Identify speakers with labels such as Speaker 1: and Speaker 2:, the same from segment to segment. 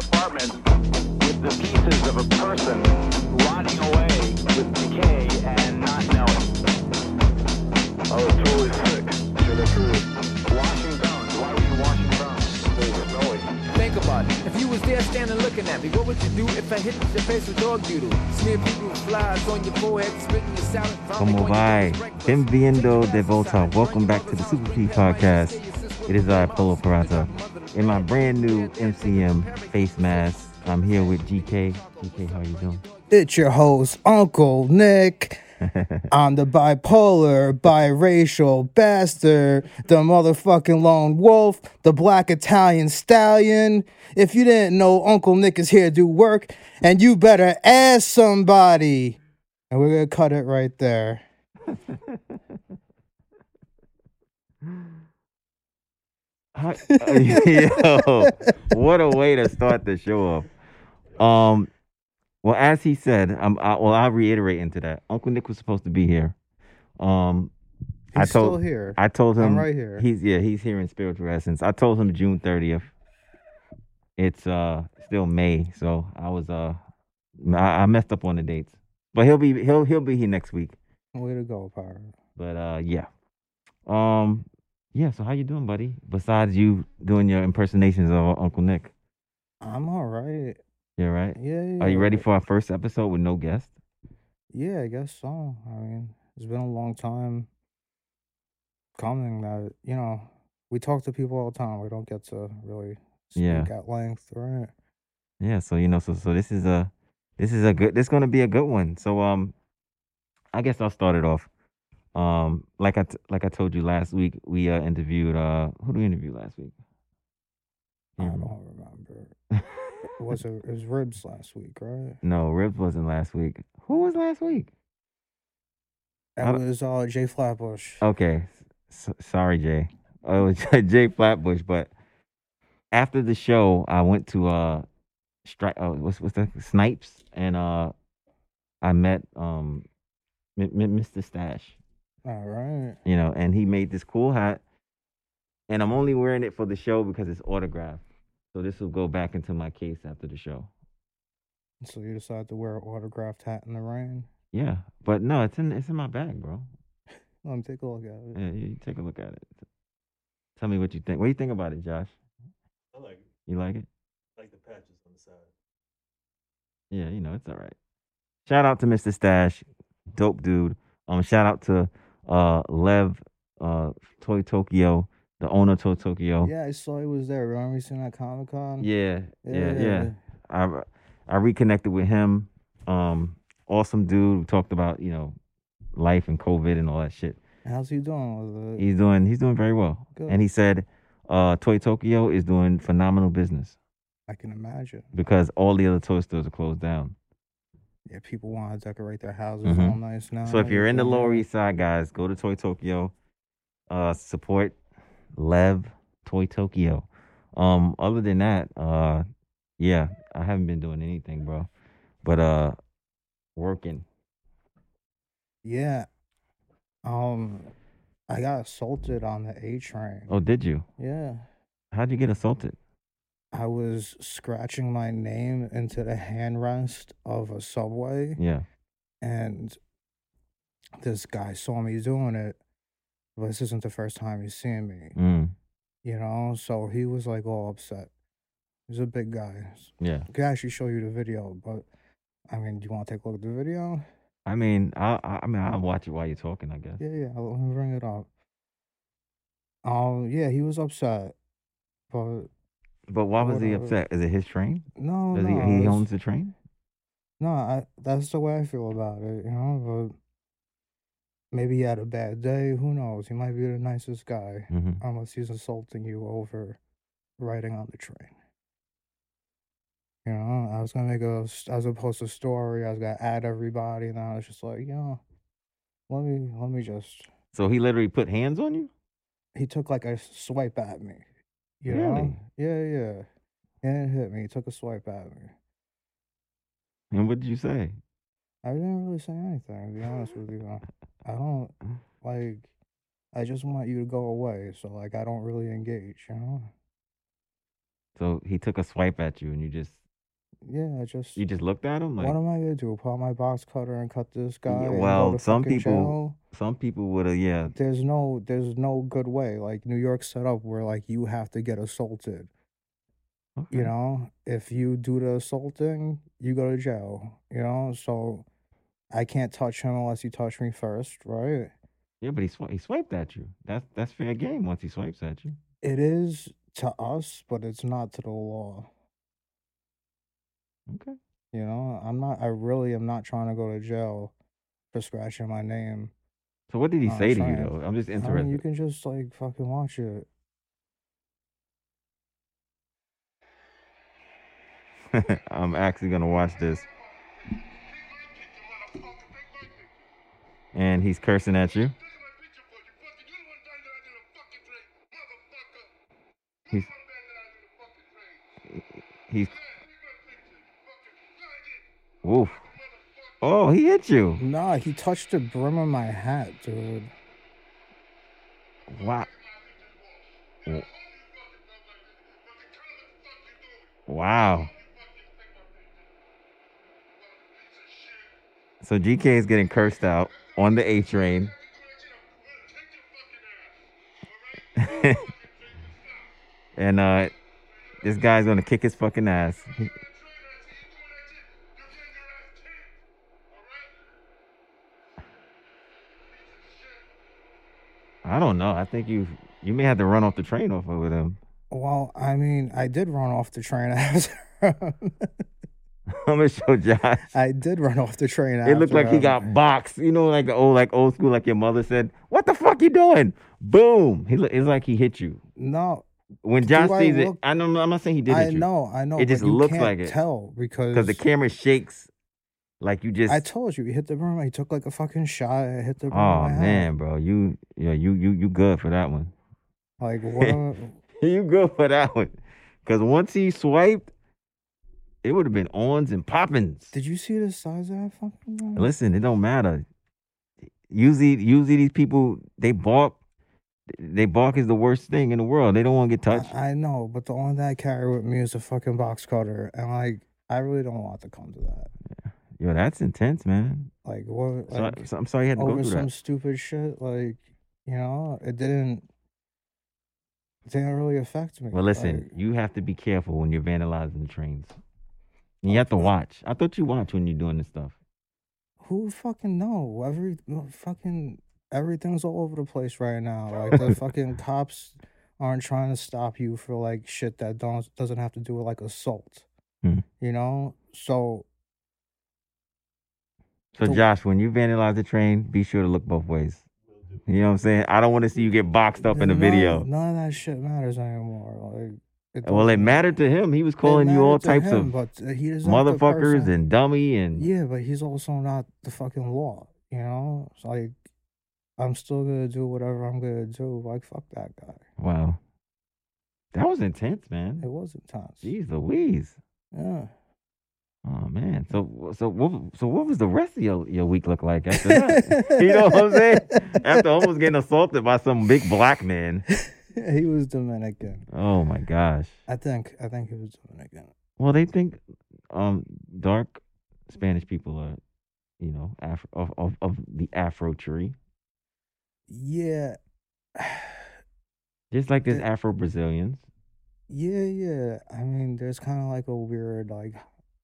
Speaker 1: apartment with the pieces of a person rotting away with decay and not knowing. Oh, it's really sick. Sure, that's really washing bones. Why were you washing bones? They were smelly.
Speaker 2: Think about it. If you was there standing looking at me, what would you do if I hit your face with dog doodle? Smear people with flies on your forehead, spitting your salad.
Speaker 3: ¿Cómo va? Bienvenido de volta. Welcome back to the Super P Podcast. It is I, Polo Peraza, in my brand new MCM face mask. I'm here with GK. GK, how are you doing?
Speaker 4: It's your host, Uncle Nick. I'm the bipolar, biracial bastard, the motherfucking lone wolf, the black Italian stallion. If you didn't know, Uncle Nick is here to do work, and you better ask somebody. And we're gonna cut it right there.
Speaker 3: How, yo, what a way to start the show off. Um, well, as he said, um, I, well, I'll reiterate into that. Uncle Nick was supposed to be here. Um,
Speaker 4: He's
Speaker 3: I told,
Speaker 4: still here.
Speaker 3: I told him
Speaker 4: I'm right here.
Speaker 3: He's yeah, he's here in spiritual essence. I told him June thirtieth. It's uh still May, so I was uh I, I messed up on the dates, but he'll be he'll he'll be here next week.
Speaker 4: Way to go, power.
Speaker 3: But uh yeah, um yeah. So how you doing, buddy? Besides you doing your impersonations of Uncle Nick,
Speaker 4: I'm all right.
Speaker 3: you're right.
Speaker 4: Yeah, yeah.
Speaker 3: Are you ready for our first episode with no guest?
Speaker 4: Yeah, I guess so. I mean, it's been a long time coming that, you know, we talk to people all the time. We don't get to really speak
Speaker 3: Yeah.
Speaker 4: at length, right?
Speaker 3: Yeah, so you know, so so this is a this is a good this is gonna be a good one. So um I guess I'll start it off. Um like I t- like I told you last week, we uh interviewed uh who do we interview last week?
Speaker 4: I
Speaker 3: Can't
Speaker 4: don't remember.
Speaker 3: remember.
Speaker 4: It was it, it was ribs last week, right?
Speaker 3: no, Ribs wasn't last week. Who was last week?
Speaker 4: That
Speaker 3: I don't-
Speaker 4: was uh Jay Flatbush.
Speaker 3: Okay. S- sorry, Jay. Oh, it was Jay Flatbush, but after the show, I went to uh stri- uh, what's what's that? Snipes and uh I met um M- M- Mr. Stash.
Speaker 4: all right.
Speaker 3: you know, and he made this cool hat. And I'm only wearing it for the show because it's autographed. So this will go back into my case after the show.
Speaker 4: So you decided to wear an autographed hat in the rain.
Speaker 3: Yeah, but no, it's in it's in my bag, bro.
Speaker 4: Let me take a look at it.
Speaker 3: Yeah, you take a look at it. Tell me what you think. What do you think about it, Josh?
Speaker 5: I like it.
Speaker 3: You like it?
Speaker 5: I like the patches on the side.
Speaker 3: Yeah, you know, it's all right. Shout out to Mr. Stash, dope dude. Um, shout out to uh Lev, uh Toy Tokyo, the owner of Toy Tokyo.
Speaker 4: Yeah, I saw he was there. Remember you seen that Comic Con?
Speaker 3: Oh. yeah, yeah. yeah. I I reconnected with him. Um, awesome dude. We talked about you know life and COVID and all that shit.
Speaker 4: How's he doing with it?
Speaker 3: He's doing he's doing very well.
Speaker 4: Good.
Speaker 3: And he said, uh, Toy Tokyo is doing phenomenal business
Speaker 4: I can imagine.
Speaker 3: because all the other toy stores are closed down.
Speaker 4: Yeah, people want to decorate their houses
Speaker 3: Mhm.
Speaker 4: all nice now.
Speaker 3: so if you're in the
Speaker 4: everything,
Speaker 3: Lower
Speaker 4: right?
Speaker 3: East Side, guys, go to Toy Tokyo. Uh, support Lev Toy Tokyo. Um, other than that, uh, yeah, I haven't been doing anything, bro. But uh, working.
Speaker 4: yeah, um, I got assaulted on the A train.
Speaker 3: Oh, did you?
Speaker 4: Yeah,
Speaker 3: How'd you get assaulted?
Speaker 4: I was scratching my name into the handrest of a subway,
Speaker 3: Yeah.
Speaker 4: and this guy saw me doing it. But this isn't the first time he's seen me,
Speaker 3: Mm.
Speaker 4: you know. So he was like all upset. He's a big guy.
Speaker 3: Yeah.
Speaker 4: I could actually show you the video, but I mean, do you want to take a look at the video?
Speaker 3: I mean, I I I mean, I'll watch it while you're talking. I guess.
Speaker 4: Yeah, yeah. I'll- Let me bring it up. Um, yeah, he was upset, but
Speaker 3: But why was he
Speaker 4: Whatever.
Speaker 3: upset? Is it his train?
Speaker 4: no,
Speaker 3: Does
Speaker 4: no,
Speaker 3: he he
Speaker 4: it's-
Speaker 3: owns the train?
Speaker 4: no. I, that's the way I feel about it, you know. But maybe he had a bad day. Who knows? He might be the nicest guy,
Speaker 3: hmm
Speaker 4: unless he's insulting you over riding on the train. You know, I was gonna make a, s- I was gonna post a story. I was gonna add everybody, and I was just like, you know, let me, let me just
Speaker 3: So he literally put hands on you.
Speaker 4: he took like a swipe at me. You
Speaker 3: Really?
Speaker 4: know? Yeah, yeah. And it hit me. He took a swipe at me.
Speaker 3: And what did you say?
Speaker 4: I didn't really say anything, to be honest with you. I don't like I just want you to go away, so like I don't really engage, you know?
Speaker 3: So he took a swipe at you, and you just
Speaker 4: Yeah, I just.
Speaker 3: You just looked at him like
Speaker 4: what am I gonna do? Pull out my box cutter and cut this guy? and go
Speaker 3: well,
Speaker 4: to
Speaker 3: some
Speaker 4: fucking
Speaker 3: people-
Speaker 4: jail?
Speaker 3: some people would have. Yeah,
Speaker 4: There's no, there's no good way. Like New York's set up where like you have to get assaulted.
Speaker 3: okay.
Speaker 4: You know, if you do the assaulting, you go to jail. You know, so I can't touch him unless you touch me first, right?
Speaker 3: Yeah, but he swi he swiped at you. That's that's fair game once he swipes at you.
Speaker 4: It is to us, but it's not to the law.
Speaker 3: Okay.
Speaker 4: You know, I'm not. I really am not trying to go to jail for scratching my name.
Speaker 3: So what did he
Speaker 4: Oh,
Speaker 3: say to you
Speaker 4: sorry.
Speaker 3: though? I'm just
Speaker 4: I mean,
Speaker 3: interested.
Speaker 4: you can just like fucking watch it.
Speaker 3: I'm actually gonna watch this. And he's cursing at you. He's he's woof. Oh, he hit you.
Speaker 4: Nah, he touched the brim of my hat, dude.
Speaker 3: Wow. Wow. So GK is getting cursed out on the A train. and uh this guy's gonna kick his fucking ass. I don't know. I think you you may have to run off the train off over them.
Speaker 4: Well, I mean, I did run off the train after. him.
Speaker 3: I'm gonna show Josh.
Speaker 4: I did run off the train.
Speaker 3: It looked
Speaker 4: after
Speaker 3: like he
Speaker 4: him.
Speaker 3: got boxed. You know, like the old, like old school, like your mother said, "What the fuck you doing?" Boom. He look. It's like he hit you.
Speaker 4: No,
Speaker 3: When Josh
Speaker 4: Do I
Speaker 3: sees
Speaker 4: look-
Speaker 3: it, I don't know. I'm not saying he did
Speaker 4: I
Speaker 3: hit you.
Speaker 4: know, I know.
Speaker 3: It
Speaker 4: but
Speaker 3: just
Speaker 4: you
Speaker 3: looks
Speaker 4: can't
Speaker 3: like it.
Speaker 4: Tell because
Speaker 3: because the camera shakes. Like you just.
Speaker 4: I told you, he hit the brim. He took like a fucking shot. It hit the brim. of
Speaker 3: oh
Speaker 4: my hat.
Speaker 3: man, bro, you yeah, you you you good for that one.
Speaker 4: Like what? a-
Speaker 3: you good for that one. Because once he swiped, it would have been ons and poppins.
Speaker 4: did you see the size of that fucking? guy?
Speaker 3: Listen, it don't matter. Usually, usually these people they balk. They balk is the worst thing in the world. They don't want to get touched.
Speaker 4: I, I know, but the only thing I carry with me is a fucking box cutter, and like I really don't want to come to that.
Speaker 3: Yo, that's intense, man.
Speaker 4: Like what?
Speaker 3: So,
Speaker 4: Like,
Speaker 3: so I'm sorry you had to go
Speaker 4: over
Speaker 3: through
Speaker 4: some
Speaker 3: that.
Speaker 4: stupid shit, like you know, it didn't. It didn't really affect me.
Speaker 3: Well, listen, you have to be careful when you're vandalizing trains. And you have to watch. I thought you watch when you're doing this stuff.
Speaker 4: Like, who fucking know? Every fucking everything's all over the place right now. Like the fucking cops aren't trying to stop you for like shit that don't doesn't have to do with like assault.
Speaker 3: Hmm.
Speaker 4: You know, so
Speaker 3: So,
Speaker 4: So-
Speaker 3: Josh, when you vandalize the train, be sure to look both ways.
Speaker 5: Will do.
Speaker 3: You know what I'm saying? I don't want to see you get boxed up in the
Speaker 4: none-
Speaker 3: video.
Speaker 4: None of that shit matters anymore. Like, it
Speaker 3: Well, it
Speaker 4: doesn't-
Speaker 3: mattered to him. He was calling you
Speaker 4: mattered
Speaker 3: all
Speaker 4: to
Speaker 3: types
Speaker 4: him,
Speaker 3: of
Speaker 4: but uh, he is not the
Speaker 3: motherfuckers
Speaker 4: person-
Speaker 3: and dummy and
Speaker 4: yeah, but he's also not the fucking law. You know, it's like I'm still gonna do whatever I'm gonna do. Like fuck that guy.
Speaker 3: wow. That was intense,
Speaker 4: It
Speaker 3: man.
Speaker 4: was intense.
Speaker 3: Jeez Louise.
Speaker 4: Yeah.
Speaker 3: Oh man. So so what so what was the rest of your, your week look like after that? you know what I'm saying? After almost getting assaulted by some big black man.
Speaker 4: he was Dominican.
Speaker 3: Oh my gosh.
Speaker 4: I think. I think he was Dominican.
Speaker 3: Well, they think um dark Spanish people are, you know, Af- of, of of the Afro tree.
Speaker 4: Yeah.
Speaker 3: Just like there's
Speaker 4: The-
Speaker 3: Afro Brazilians.
Speaker 4: Yeah, yeah. I mean, there's kind of like a weird like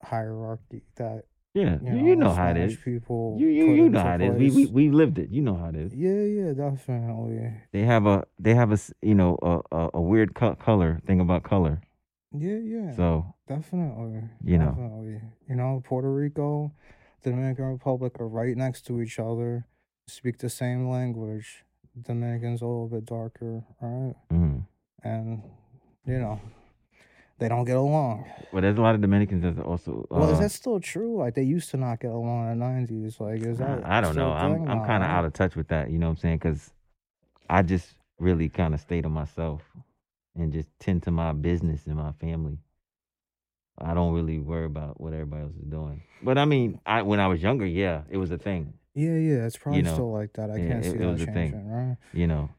Speaker 4: hierarchy that
Speaker 3: Yeah.
Speaker 4: you
Speaker 3: You
Speaker 4: know,
Speaker 3: you know how it
Speaker 4: Spanish
Speaker 3: is.
Speaker 4: People
Speaker 3: You you
Speaker 4: put
Speaker 3: you know
Speaker 4: into
Speaker 3: how it is. We
Speaker 4: place.
Speaker 3: we we lived it. You know how it is.
Speaker 4: Yeah, yeah, definitely.
Speaker 3: They have a they have a s- you know a a, a weird co- color thing about color.
Speaker 4: Yeah, yeah,
Speaker 3: So
Speaker 4: definitely.
Speaker 3: You know.
Speaker 4: definitely. you know, Puerto Rico, Dominican Republic are right next to each other, speak the same language. Dominican's a little bit darker, right?
Speaker 3: mm.
Speaker 4: And you know, they don't get along.
Speaker 3: well, there's a lot of Dominicans that also. Uh,
Speaker 4: well, is that still true? Like they used to not get along in the nineties. Like is that?
Speaker 3: I I don't
Speaker 4: still
Speaker 3: know.
Speaker 4: a
Speaker 3: I'm
Speaker 4: thing
Speaker 3: I'm
Speaker 4: now,
Speaker 3: kind of
Speaker 4: right?
Speaker 3: out of touch with that. You know what I'm saying? Because I just really kind of stay to myself and just tend to my business and my family. I don't really worry about what everybody else is doing. But I mean, I when I was younger, yeah, it was a thing.
Speaker 4: Yeah, yeah, it's probably
Speaker 3: know,
Speaker 4: still like that. I
Speaker 3: yeah,
Speaker 4: can't
Speaker 3: it-
Speaker 4: see
Speaker 3: it
Speaker 4: that
Speaker 3: was a
Speaker 4: changing,
Speaker 3: thing.
Speaker 4: right?
Speaker 3: You know.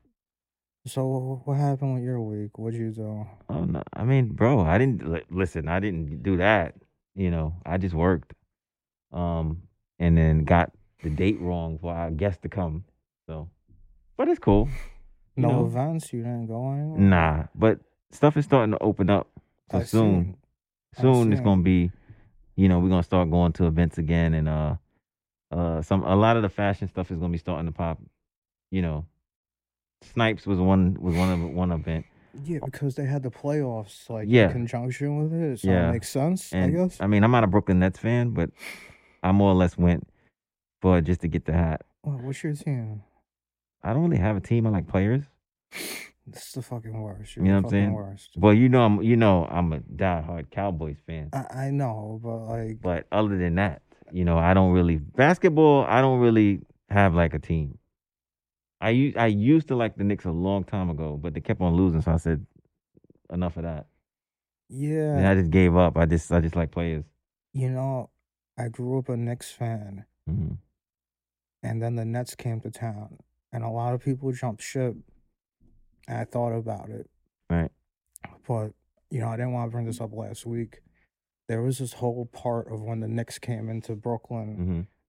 Speaker 4: So wh- what happened with your week? What'd you do?
Speaker 3: Oh no! I mean, bro, I didn't li- listen. I didn't do that. you know, I just worked. Um, and then got the date wrong for our guest to come. So, but it's cool.
Speaker 4: No
Speaker 3: No.
Speaker 4: events. You didn't go anywhere.
Speaker 3: Nah, but stuff is starting to open up. So
Speaker 4: I
Speaker 3: soon,
Speaker 4: see. I
Speaker 3: soon it's
Speaker 4: see.
Speaker 3: gonna be, you know, we're gonna start going to events again, and uh, uh, some a lot of the fashion stuff is gonna be starting to pop. You know, Snipes was one was one of one event,
Speaker 4: Yeah, because they had the playoffs like
Speaker 3: Yeah.
Speaker 4: in conjunction with it. So
Speaker 3: Yeah.
Speaker 4: it makes sense,
Speaker 3: and
Speaker 4: I guess.
Speaker 3: I mean, I'm not a Brooklyn Nets fan, but I more or less went for just to get the hat.
Speaker 4: What- What's your team?
Speaker 3: I don't really have a team. I like players.
Speaker 4: This is the fucking worst.
Speaker 3: You
Speaker 4: You're
Speaker 3: know what
Speaker 4: the
Speaker 3: I'm saying?
Speaker 4: fucking worst.
Speaker 3: Well, you know, I'm you know I'm a diehard Cowboys fan.
Speaker 4: I, I know, but like
Speaker 3: But other than that, you know, I don't really basketball. I don't really have like a team. I u- I used to like the Knicks a long time ago, but they kept on losing, so I said enough of that.
Speaker 4: yeah,
Speaker 3: And I just gave up. I just I just like players.
Speaker 4: you know, I grew up a Knicks fan
Speaker 3: Mhm.
Speaker 4: and then the Nets came to town and a lot of people jumped ship. And I thought about it.
Speaker 3: Right.
Speaker 4: But you know, I didn't want to bring this up last week. There was this whole part of when the Knicks came into Brooklyn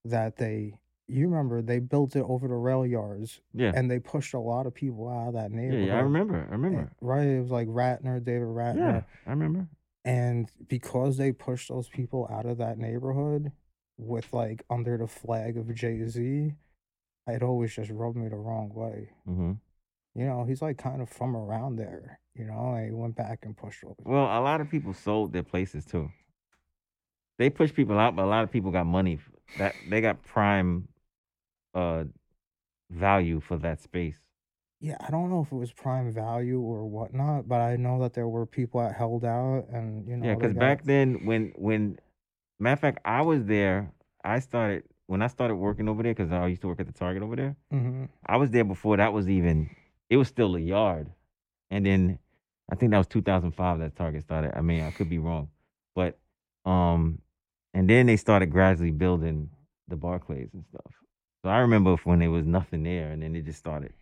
Speaker 3: Mhm.
Speaker 4: that they you remember they built it over the rail yards
Speaker 3: Yeah.
Speaker 4: and they pushed a lot of people out of that
Speaker 3: yeah,
Speaker 4: neighborhood.
Speaker 3: yeah. I remember. I
Speaker 4: And-
Speaker 3: remember.
Speaker 4: Right, it was like Ratner, David Ratner,
Speaker 3: Yeah, I remember.
Speaker 4: and because they pushed those people out of that neighborhood with like under the flag of Jay Z, it always just rubbed me the wrong way.
Speaker 3: hmm
Speaker 4: You know, he's like kind of from around there. You know, and he went back and pushed all the
Speaker 3: Well, a lot of people sold their places too. They pushed people out, but a lot of people got money. f- That they got prime uh value for that space.
Speaker 4: Yeah, I don't know if it was prime value or whatnot, but I know that there were people that held out, and you know,
Speaker 3: Yeah,
Speaker 4: they
Speaker 3: because
Speaker 4: got-
Speaker 3: back then, when when matter of fact, I was there. I started when I started working over there because I used to work at the Target over there.
Speaker 4: Mhm.
Speaker 3: I was there before that was even. It was still a yard, and then I think that was 2005 that Target started. I mean, I could be wrong, but um, and then they started gradually building the Barclays and stuff. So I remember when there was nothing there, and then it just started.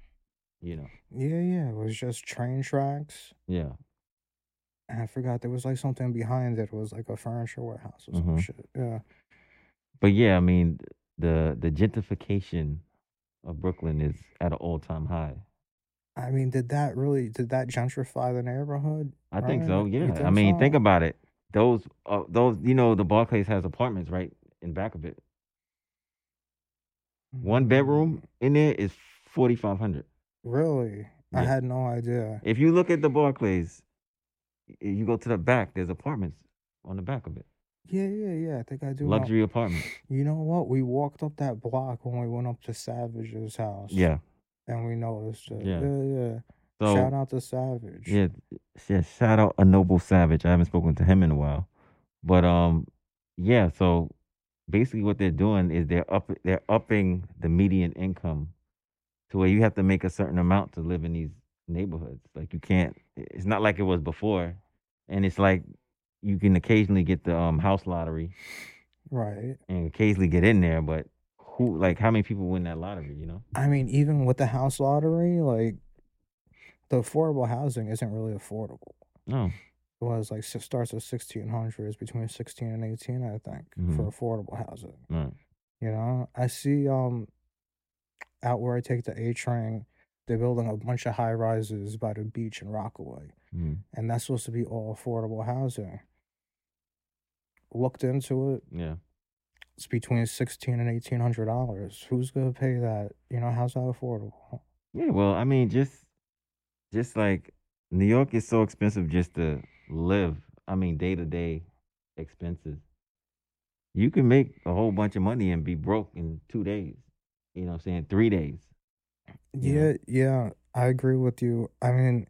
Speaker 3: You know,
Speaker 4: Yeah, yeah, it was just train tracks.
Speaker 3: yeah.
Speaker 4: And I forgot there was like something behind it. It was like a furniture warehouse or some
Speaker 3: Mhm.
Speaker 4: shit. Yeah.
Speaker 3: But yeah, I mean the the gentrification of Brooklyn is at an all time high.
Speaker 4: I mean, did that really did that gentrify the neighborhood?
Speaker 3: I think so.
Speaker 4: Right, you
Speaker 3: Yeah, I
Speaker 4: think
Speaker 3: mean
Speaker 4: so?
Speaker 3: think about it. Those uh, those you know the Barclays has apartments right in back of it. One bedroom in there is forty five hundred.
Speaker 4: Really? I
Speaker 3: Yeah.
Speaker 4: had no idea.
Speaker 3: If you look at the Barclays, y- you go to the back. There's apartments on the back of it.
Speaker 4: Yeah, yeah, yeah. I think I do. know.
Speaker 3: Luxury apartments.
Speaker 4: You know what? We walked up that block when we went up to Savage's house.
Speaker 3: Yeah.
Speaker 4: And we noticed it.
Speaker 3: Yeah.
Speaker 4: Yeah, yeah.
Speaker 3: So
Speaker 4: Shout out to Savage.
Speaker 3: Yeah, yeah. Shout out a noble savage. I haven't spoken to him in a while, but um, yeah. So basically, what they're doing is they're up they're upping the median income to where you have to make a certain amount to live in these neighborhoods. Like you can't. It's not like it was before, and it's like you can occasionally get the um house lottery
Speaker 4: Right.
Speaker 3: and occasionally get in there, but who like how many people win that lottery? You know?
Speaker 4: I mean, even with the house lottery, like the affordable housing isn't really affordable.
Speaker 3: No.
Speaker 4: It was like s- starts at sixteen hundred, is between sixteen and eighteen, I think,
Speaker 3: Mm-hmm.
Speaker 4: for affordable housing.
Speaker 3: No.
Speaker 4: You know, I see um out where I take the A train, they're building a bunch of high rises by the beach in Rockaway,
Speaker 3: Mm,
Speaker 4: and that's supposed to be all affordable housing. Looked into it,
Speaker 3: yeah.
Speaker 4: it's between sixteen and eighteen hundred dollars. Who's gonna pay that? You know, how's that affordable?
Speaker 3: Yeah, well, I mean, just just like New York is so expensive just to live. I mean, day to day expenses. You can make a whole bunch of money and be broke in two days. You know what I'm saying? Three days. you know?
Speaker 4: Yeah, yeah, I agree with you. I mean,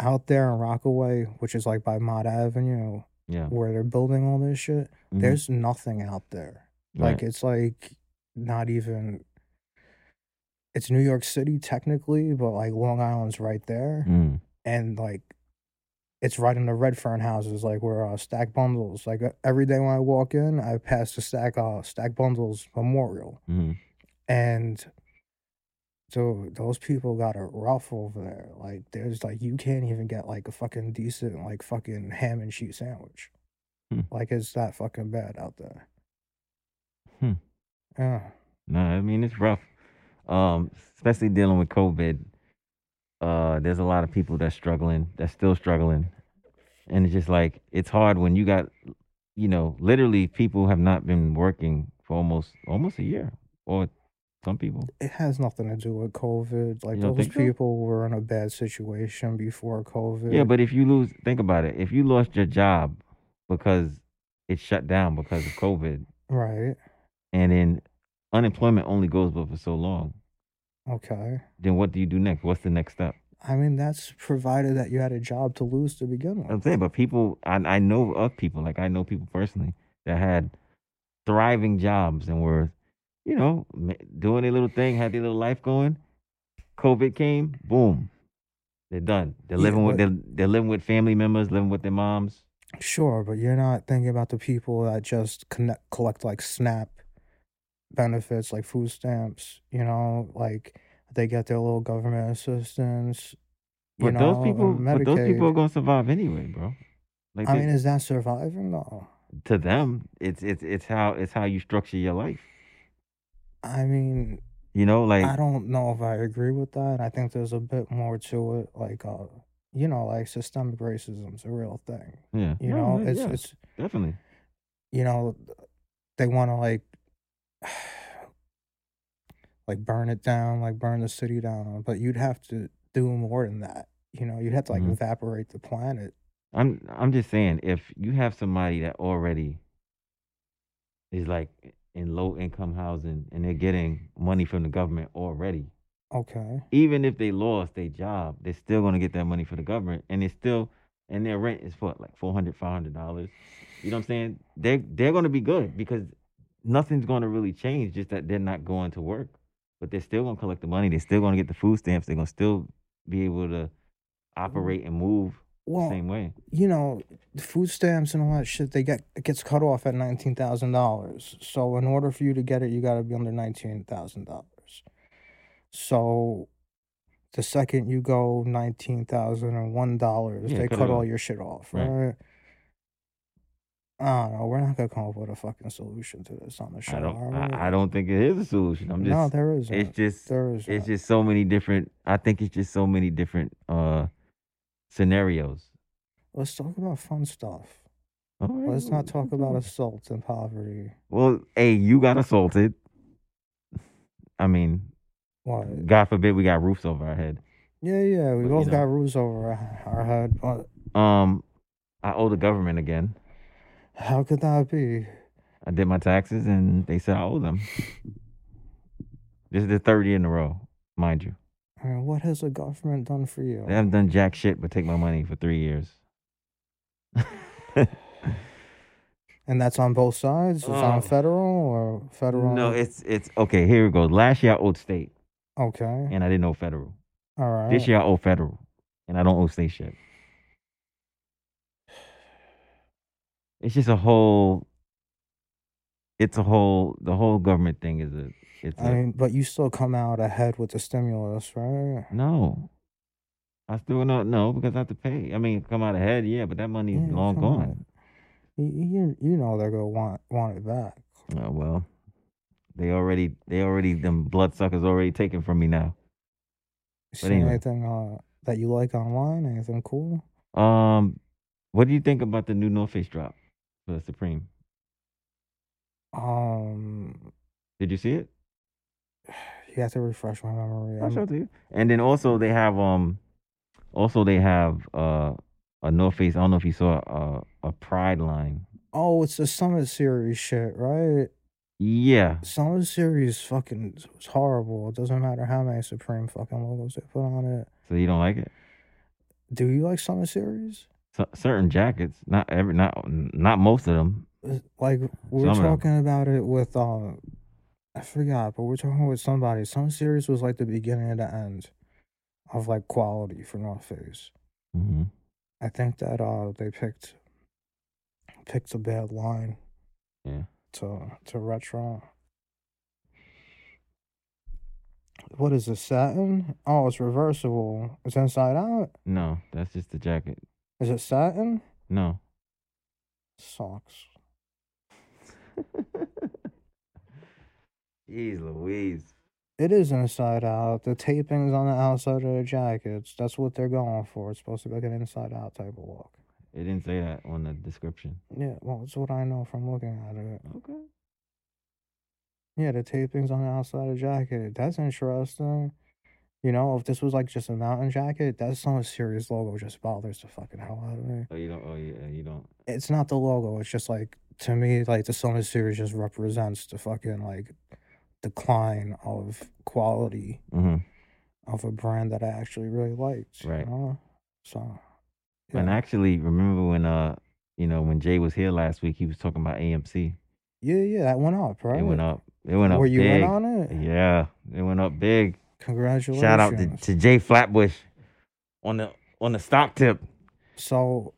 Speaker 4: out there in Rockaway, which is like by Mott Avenue,
Speaker 3: Yeah.
Speaker 4: where they're building all this shit,
Speaker 3: Mhm.
Speaker 4: there's nothing out there. Like it's like not even. It's New York City technically, but like Long Island's right there,
Speaker 3: Mm,
Speaker 4: and like it's right in the red fern houses, like where uh, stack bundles. Like uh, every day when I walk in, I pass the stack uh, stack bundles memorial.
Speaker 3: mhm.
Speaker 4: And so those people got a rough over there. Like there's like you can't even get like a fucking decent like fucking ham and cheese sandwich.
Speaker 3: Hmm.
Speaker 4: Like it's that fucking bad out there.
Speaker 3: Hmm.
Speaker 4: Yeah.
Speaker 3: No, I mean it's rough. Um, especially dealing with COVID. Uh, there's a lot of people that's struggling, that's still struggling, and it's just like it's hard when you got, you know, literally people have not been working for almost almost a year, or some people.
Speaker 4: It has nothing to do with COVID. Like
Speaker 3: You don't
Speaker 4: those
Speaker 3: think so?
Speaker 4: people were in a bad situation before COVID.
Speaker 3: Yeah, but if you lose, think about it. If you lost your job because it shut down because of COVID,
Speaker 4: right.
Speaker 3: and then unemployment only goes but for so long,
Speaker 4: Okay.
Speaker 3: then what do you do next? What's the next step?
Speaker 4: I mean, that's provided that you had a job to lose to begin with.
Speaker 3: I'm saying, but people, I, I know of people, like I know people personally that had thriving jobs and were, you know, ma- doing their little thing, had their little life going. COVID came, boom, they're done. They're
Speaker 4: Yeah,
Speaker 3: living with
Speaker 4: but-
Speaker 3: they're, they're living with family members, living with their moms.
Speaker 4: Sure, but you're not thinking about the people that just connect, collect like SNAP benefits, like food stamps. You know, like they get their little government assistance. You
Speaker 3: But
Speaker 4: know,
Speaker 3: those people,
Speaker 4: and
Speaker 3: but those
Speaker 4: Medicaid.
Speaker 3: people are gonna survive anyway, bro. Like
Speaker 4: I
Speaker 3: they-
Speaker 4: mean, is that surviving though?
Speaker 3: to them, it's it's it's how it's how you structure your life.
Speaker 4: I mean,
Speaker 3: You know, like
Speaker 4: I don't know if I agree with that. I think there's a bit more to it, like uh, you know, like systemic racism's a real thing.
Speaker 3: yeah,
Speaker 4: You
Speaker 3: No,
Speaker 4: know,
Speaker 3: yeah,
Speaker 4: it's
Speaker 3: yeah,
Speaker 4: it's
Speaker 3: definitely.
Speaker 4: you know, they want to like, like burn it down, like burn the city down. But you'd have to do more than that. You know, you'd have to like
Speaker 3: Mhm.
Speaker 4: evaporate the planet.
Speaker 3: I'm I'm just saying if you have somebody that already is like in low income housing and they're getting money from the government already,
Speaker 4: Okay,
Speaker 3: even if they lost their job, they're still gonna get that money from the government and it's still and their rent is what like 400 500 dollars. You know what I'm saying? They they're gonna be good because nothing's gonna really change. Just that they're not going to work, but they're still gonna collect the money. They're still gonna get the food stamps. They're gonna still be able to operate and move
Speaker 4: well,
Speaker 3: the same way.
Speaker 4: you know, the food stamps and all that shit, they get it gets cut off at nineteen thousand dollars. So in order for you to get it, you got to be under nineteen thousand dollars. So the second you go nineteen thousand and one dollars,
Speaker 3: Yeah,
Speaker 4: they
Speaker 3: cut
Speaker 4: cut,
Speaker 3: it
Speaker 4: all
Speaker 3: off.
Speaker 4: your shit off,
Speaker 3: Right.
Speaker 4: right? I don't know. We're not gonna come up with a fucking solution to this on the show.
Speaker 3: I don't.
Speaker 4: are we?
Speaker 3: I, I don't think it is a solution. I'm just.
Speaker 4: no, there isn't.
Speaker 3: it's just.
Speaker 4: there is.
Speaker 3: It's just so many different. I think it's just so many different uh scenarios.
Speaker 4: Let's talk about fun stuff.
Speaker 3: All right,
Speaker 4: Let's
Speaker 3: well,
Speaker 4: not talk about assault and poverty.
Speaker 3: Well, hey, you got assaulted. I mean,
Speaker 4: What?
Speaker 3: God forbid we got roofs over our head.
Speaker 4: Yeah, yeah,
Speaker 3: But,
Speaker 4: we
Speaker 3: you
Speaker 4: both
Speaker 3: know.
Speaker 4: got roofs over our, our head. But
Speaker 3: Um, I owe the government again.
Speaker 4: how could that be?
Speaker 3: I did my taxes, and they said I owe them. This is the third year in a row, mind you.
Speaker 4: I mean, what has the government done for you?
Speaker 3: They haven't done jack shit but take my money for three years.
Speaker 4: And that's on both sides. It's
Speaker 3: Oh.
Speaker 4: on federal or federal.
Speaker 3: No, it's it's okay. Here it goes. Last year I owed state,
Speaker 4: okay.
Speaker 3: and I didn't owe federal.
Speaker 4: All right.
Speaker 3: This year I owe federal, and I don't owe state shit. It's just a whole. It's a whole. The whole government thing is a. It's
Speaker 4: I
Speaker 3: a-
Speaker 4: mean, but you still come out ahead with the stimulus, right?
Speaker 3: no. I still not no because I have to pay. I mean, come out ahead, yeah, but that money's
Speaker 4: Yeah,
Speaker 3: long
Speaker 4: come
Speaker 3: gone.
Speaker 4: You you, you know they're gonna want want it back.
Speaker 3: Oh well, they already they already them bloodsuckers already taken from me now.
Speaker 4: See
Speaker 3: anyway.
Speaker 4: anything uh, that you like online? Anything cool?
Speaker 3: Um, what do you think about the new North Face drop for the Supreme?
Speaker 4: Um,
Speaker 3: Did you see it?
Speaker 4: you have to refresh my memory.
Speaker 3: I'll
Speaker 4: I'm-
Speaker 3: show it to you. And then also they have um, also they have uh a North Face. I don't know if you saw uh, a Pride line.
Speaker 4: Oh, it's the Summit Series shit, right?
Speaker 3: Yeah,
Speaker 4: Summer Series fucking was horrible. It doesn't matter how many Supreme fucking logos they put on it.
Speaker 3: so you don't like it?
Speaker 4: Do you like Summer Series?
Speaker 3: So, certain jackets, not every, not not most of them.
Speaker 4: Uh, Like we were
Speaker 3: Some of them.
Speaker 4: talking about it with um, I forgot, but we are talking with somebody. Summer Series was like the beginning and the end of like quality for North Face.
Speaker 3: hmm
Speaker 4: I think that uh they picked picked a bad line
Speaker 3: Yeah,
Speaker 4: to to retro. What is this satin? Oh, it's reversible. It's inside out.
Speaker 3: no, that's just the jacket.
Speaker 4: Is it satin?
Speaker 3: No,
Speaker 4: Socks.
Speaker 3: Jeez Louise.
Speaker 4: It is inside out. The taping's on the outside of the jackets. That's what they're going for. It's supposed to be like an inside out type of look.
Speaker 3: It didn't say that on the description.
Speaker 4: Yeah, well, that's what I know from looking at it.
Speaker 3: Okay.
Speaker 4: Yeah, the taping's on the outside of the jacket. That's interesting. You know, if this was like just a mountain jacket, that's not a serious logo. It Just bothers the fucking hell out of me.
Speaker 3: Oh, you don't. Oh, yeah, you don't.
Speaker 4: It's not the logo. It's just like to me, like the Summit Series just represents the fucking like decline of quality
Speaker 3: Mm-hmm.
Speaker 4: of a brand that I actually really liked.
Speaker 3: Right.
Speaker 4: You know? So.
Speaker 3: And
Speaker 4: yeah.
Speaker 3: actually, remember when uh, you know, when Jay was here last week, he was talking about AMC.
Speaker 4: Yeah, yeah, that went up, right?
Speaker 3: It went up. It went up
Speaker 4: Where you
Speaker 3: big.
Speaker 4: went on it?
Speaker 3: Yeah, it went up big.
Speaker 4: Congratulations.
Speaker 3: Shout out to, to Jay Flatbush on the on the stock tip.
Speaker 4: so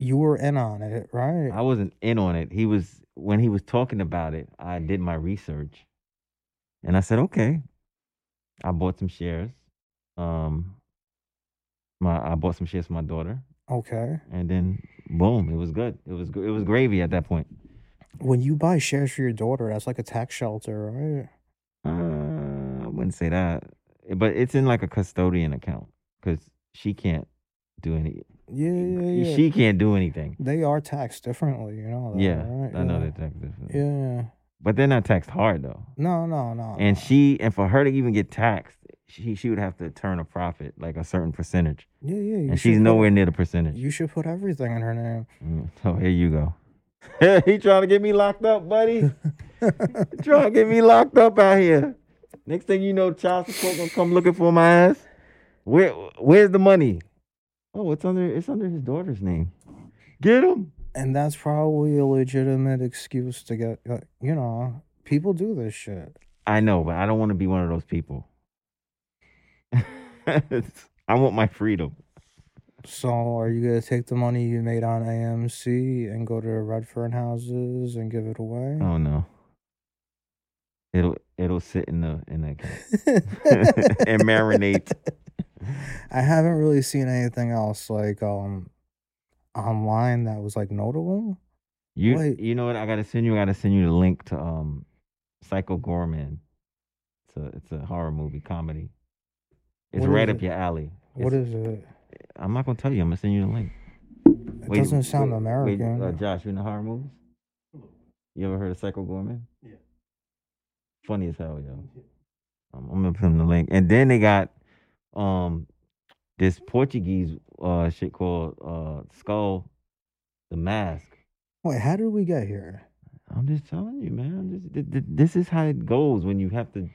Speaker 4: you were in on it, right?
Speaker 3: I wasn't in on it. He was when he was talking about it. I did my research, and I said, okay. I bought some shares. Um, my I bought some shares for my daughter,
Speaker 4: Okay.
Speaker 3: and then boom, it was good. It was gr- it was gravy at that point.
Speaker 4: When you buy shares for your daughter, that's like a tax shelter, right?
Speaker 3: Uh, I wouldn't say that, eh, but it's in like a custodian account because she can't do any.
Speaker 4: Yeah, yeah, yeah.
Speaker 3: She can't do anything.
Speaker 4: they are taxed differently, you know. That,
Speaker 3: yeah,
Speaker 4: right?
Speaker 3: I know
Speaker 4: yeah.
Speaker 3: they're taxed different.
Speaker 4: Yeah.
Speaker 3: But they're not taxed hard though.
Speaker 4: No, no, no.
Speaker 3: And
Speaker 4: no.
Speaker 3: she and for her to even get taxed, she she would have to turn a profit like a certain percentage,
Speaker 4: yeah, yeah. you
Speaker 3: and
Speaker 4: should
Speaker 3: she's
Speaker 4: put-
Speaker 3: nowhere near the percentage.
Speaker 4: You should put everything in her name.
Speaker 3: Mm, So here you go. he trying to get me locked up, buddy. trying to get me locked up out here. Next thing you know, child support gonna come looking for my ass. Where where's the money? Oh, it's under it's under his daughter's name. Get him.
Speaker 4: And that's probably a legitimate excuse to get, like, you know, people do this shit.
Speaker 3: I know, but I don't want to be one of those people. I want my freedom.
Speaker 4: So, are you gonna take the money you made on AMC and go to the Redfern houses and give it away?
Speaker 3: Oh no. It'll it'll sit in the in the account and marinate.
Speaker 4: I haven't really seen anything else like um online that was like notable.
Speaker 3: You
Speaker 4: Wait.
Speaker 3: you know what? I gotta send you. I gotta send you the link to um, Psycho Gorman. It's a it's a horror movie comedy. It's
Speaker 4: What
Speaker 3: right
Speaker 4: is
Speaker 3: up
Speaker 4: it?
Speaker 3: your alley.
Speaker 4: What
Speaker 3: It's-
Speaker 4: is it?
Speaker 3: I'm not gonna tell you. I'm gonna send you the link.
Speaker 4: It doesn't sound American.
Speaker 3: uh, Josh, you into horror movies? You ever heard of Psycho Gorman?
Speaker 5: Yeah.
Speaker 3: Funny as hell, yo. Um, I'm gonna put him the link. And then they got um this Portuguese uh shit called uh Skull, the Mask.
Speaker 4: Wait, how did we get here?
Speaker 3: I'm just telling you, man. I'm just, th- th- this is how it goes when you have to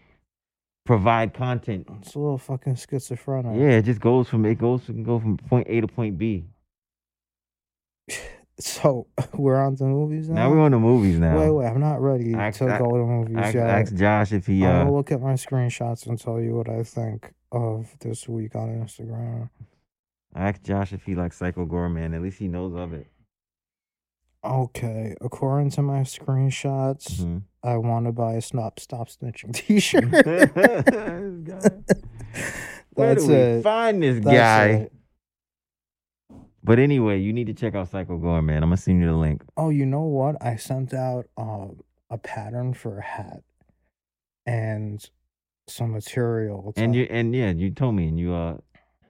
Speaker 3: provide content.
Speaker 4: It's a little fucking schizophrenic.
Speaker 3: Yeah, it just goes from it goes it can go from point A to point B.
Speaker 4: So we're on to movies now.
Speaker 3: Now we're on the movies now.
Speaker 4: Wait, wait, I'm not ready
Speaker 3: I-
Speaker 4: to
Speaker 3: I-
Speaker 4: go to movies
Speaker 3: I
Speaker 4: yet.
Speaker 3: asked Josh if he
Speaker 4: I'll
Speaker 3: uh
Speaker 4: look at my screenshots and tell you what I think of this week on Instagram.
Speaker 3: I asked Josh if he likes Psycho Gorman. At least he knows of it.
Speaker 4: Okay, according to my screenshots,
Speaker 3: Mhm.
Speaker 4: I want to buy a Snop Stop Snitching t shirt.
Speaker 3: Hmm. This guy. Where
Speaker 4: That's
Speaker 3: do we
Speaker 4: it.
Speaker 3: find this
Speaker 4: That's
Speaker 3: guy?
Speaker 4: it.
Speaker 3: But anyway, you need to check out Psycho Gorman. I'm gonna send you the link.
Speaker 4: Oh, you know what? I sent out um, a pattern for a hat and some material. to-
Speaker 3: And you and yeah, you told me and you uh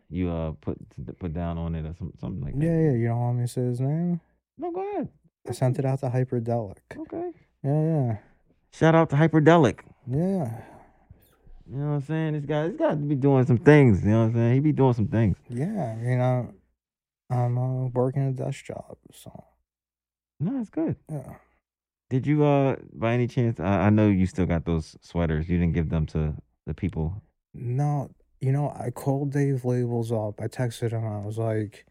Speaker 3: you uh put put down on it or some, something like that.
Speaker 4: Yeah, yeah, you don't want me to say his name?
Speaker 3: No, go ahead.
Speaker 4: I sent it out to Hyperdelic.
Speaker 3: Okay.
Speaker 4: Yeah,
Speaker 3: Shout out to Hyperdelic.
Speaker 4: yeah, yeah.
Speaker 3: You know what I'm saying? This guy, this guy be doing some things. You know what I'm saying? He be doing some things.
Speaker 4: Yeah, you know, I'm uh, working a desk job, so
Speaker 3: No, it's good.
Speaker 4: yeah.
Speaker 3: Did you, uh, by any chance? I, I know you still got those sweaters. You didn't give them to the people.
Speaker 4: No, you know, I called Dave Labels up. I texted him. I was like,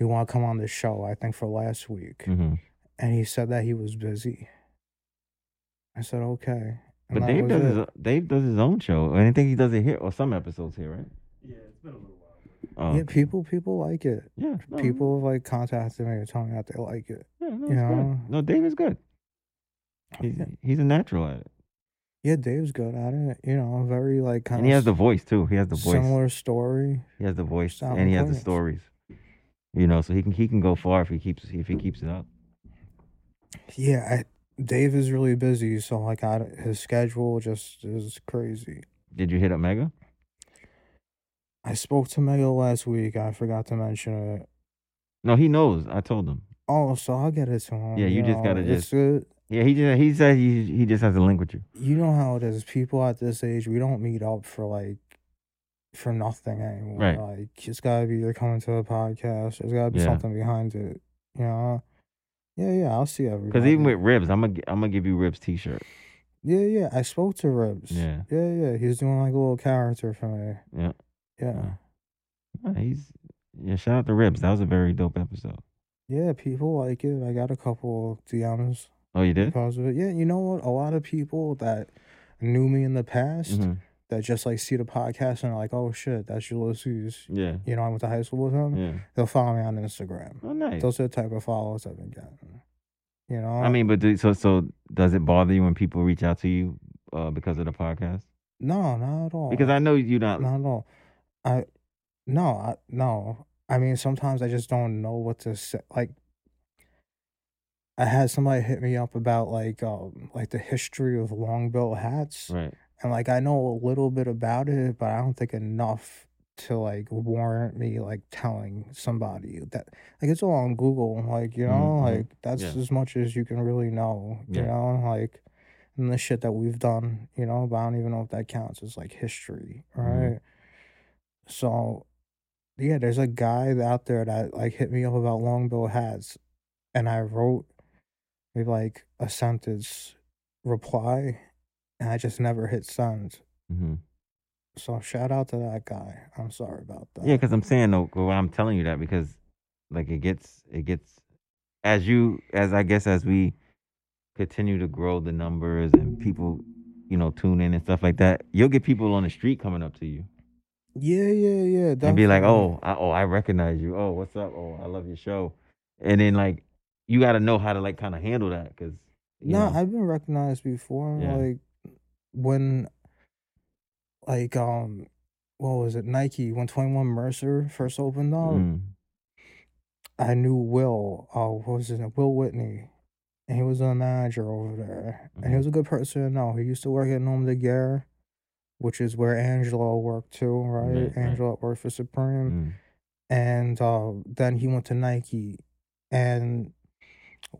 Speaker 4: "You want to come on the show?" I think for last week,
Speaker 3: Mm-hmm.
Speaker 4: and he said that he was busy. I said, "Okay."
Speaker 3: But
Speaker 4: And that
Speaker 3: Dave
Speaker 4: was
Speaker 3: does
Speaker 4: it.
Speaker 3: his Dave does his own show. Or anything he does it here or some episodes here, right?
Speaker 5: Yeah, it's been a little while.
Speaker 3: Oh,
Speaker 4: Yeah, people people like it.
Speaker 3: yeah. no,
Speaker 4: People have like contacted me and told me that they like it.
Speaker 3: Yeah, no,
Speaker 4: you
Speaker 3: it's
Speaker 4: know.
Speaker 3: good. No, Dave is good. He's,
Speaker 4: Yeah.
Speaker 3: he's a natural at it,
Speaker 4: Yeah, Dave's good at it. You know, very like kind
Speaker 3: and he
Speaker 4: of
Speaker 3: has the voice too. He has the voice.
Speaker 4: similar story.
Speaker 3: He has the voice,
Speaker 4: Sound
Speaker 3: and he has the
Speaker 4: recordings.
Speaker 3: stories. You know, so he can he can go far if he keeps if he keeps it up.
Speaker 4: Yeah, I, Dave is really busy, so like I, his schedule just is crazy.
Speaker 3: Did you hit up Mega?
Speaker 4: I spoke to Mega last week. I forgot to mention it.
Speaker 3: No, he knows. I told him.
Speaker 4: Oh, so I'll get it to him.
Speaker 3: Yeah, you just gotta
Speaker 4: it's
Speaker 3: just-
Speaker 4: good.
Speaker 3: Yeah, he just he said he he just has a link with you.
Speaker 4: You know how it is. People at this age, we don't meet up for like for nothing anymore.
Speaker 3: Right.
Speaker 4: Like it's gotta be you're coming to a podcast. There's gotta be
Speaker 3: Yeah.
Speaker 4: something behind it. You know. Yeah, yeah. I'll see everybody.
Speaker 3: Because even with ribs, I'm gonna I'm gonna give you ribs T-shirt.
Speaker 4: Yeah, yeah. I spoke to Ribs.
Speaker 3: Yeah.
Speaker 4: Yeah, yeah. He was doing like a little character for me.
Speaker 3: Yeah.
Speaker 4: Yeah.
Speaker 3: Yeah, he's yeah. Shout out to ribs. That was a very dope episode.
Speaker 4: Yeah, people like it. I got a couple DMs
Speaker 3: Oh, you did?
Speaker 4: because of it. Yeah, you know what? A lot of people that knew me in the past
Speaker 3: Mhm.
Speaker 4: that just like see the podcast and are like, oh shit, that's Ulysses.
Speaker 3: Yeah.
Speaker 4: You know, I went to high school with him.
Speaker 3: Yeah.
Speaker 4: They'll follow me on Instagram.
Speaker 3: Oh, nice.
Speaker 4: Those are the type of followers I've been getting. You know?
Speaker 3: I mean, but do, so so does it bother you when people reach out to you uh, because of the podcast?
Speaker 4: no, not at all.
Speaker 3: Because I know you not.
Speaker 4: Oh, not at all. I no, I no. I mean, sometimes I just don't know what to say. Like, I had somebody hit me up about like um like the history of longbill hats,
Speaker 3: Right.
Speaker 4: and like I know a little bit about it, but I don't think enough to like warrant me like telling somebody that like it's all on Google. and, Like you know,
Speaker 3: Mhm, mhm.
Speaker 4: like that's
Speaker 3: Yeah.
Speaker 4: as much as you can really know. You
Speaker 3: Yeah.
Speaker 4: know, and, like and the shit that we've done. You know, but I don't even know if that counts as like history,
Speaker 3: Mhm.
Speaker 4: right? So yeah, there's a guy out there that like hit me up about longbill hats, and I wrote maybe like a sentence reply, and I just never hit send.
Speaker 3: hmm
Speaker 4: So shout out to that guy. I'm sorry about that.
Speaker 3: Yeah, because I'm saying though, when I'm telling you that because like it gets it gets as you as I guess as we continue to grow the numbers and people you know tune in and stuff like that, you'll get people on the street coming up to you
Speaker 4: yeah, yeah, yeah.
Speaker 3: and be like,
Speaker 4: definitely.
Speaker 3: oh, I, oh, I recognize you. Oh, what's up? Oh, I love your show. And then like you got to know how to like kind of handle that because you
Speaker 4: No,
Speaker 3: know,
Speaker 4: I've been recognized before.
Speaker 3: Yeah.
Speaker 4: Like when, like um, what was it? Nike when Twenty One Mercer first opened up.
Speaker 3: mm,
Speaker 4: I knew Will. Oh, what was his name? Will Whitney. And he was a manager over there. And he
Speaker 3: Mhm.
Speaker 4: was a good person to know. He used to work at Nom de Guerre, which is where Angelo worked too, right?
Speaker 3: Right, right.
Speaker 4: Angelo worked for Supreme
Speaker 3: mm.
Speaker 4: and uh, then he went to Nike, and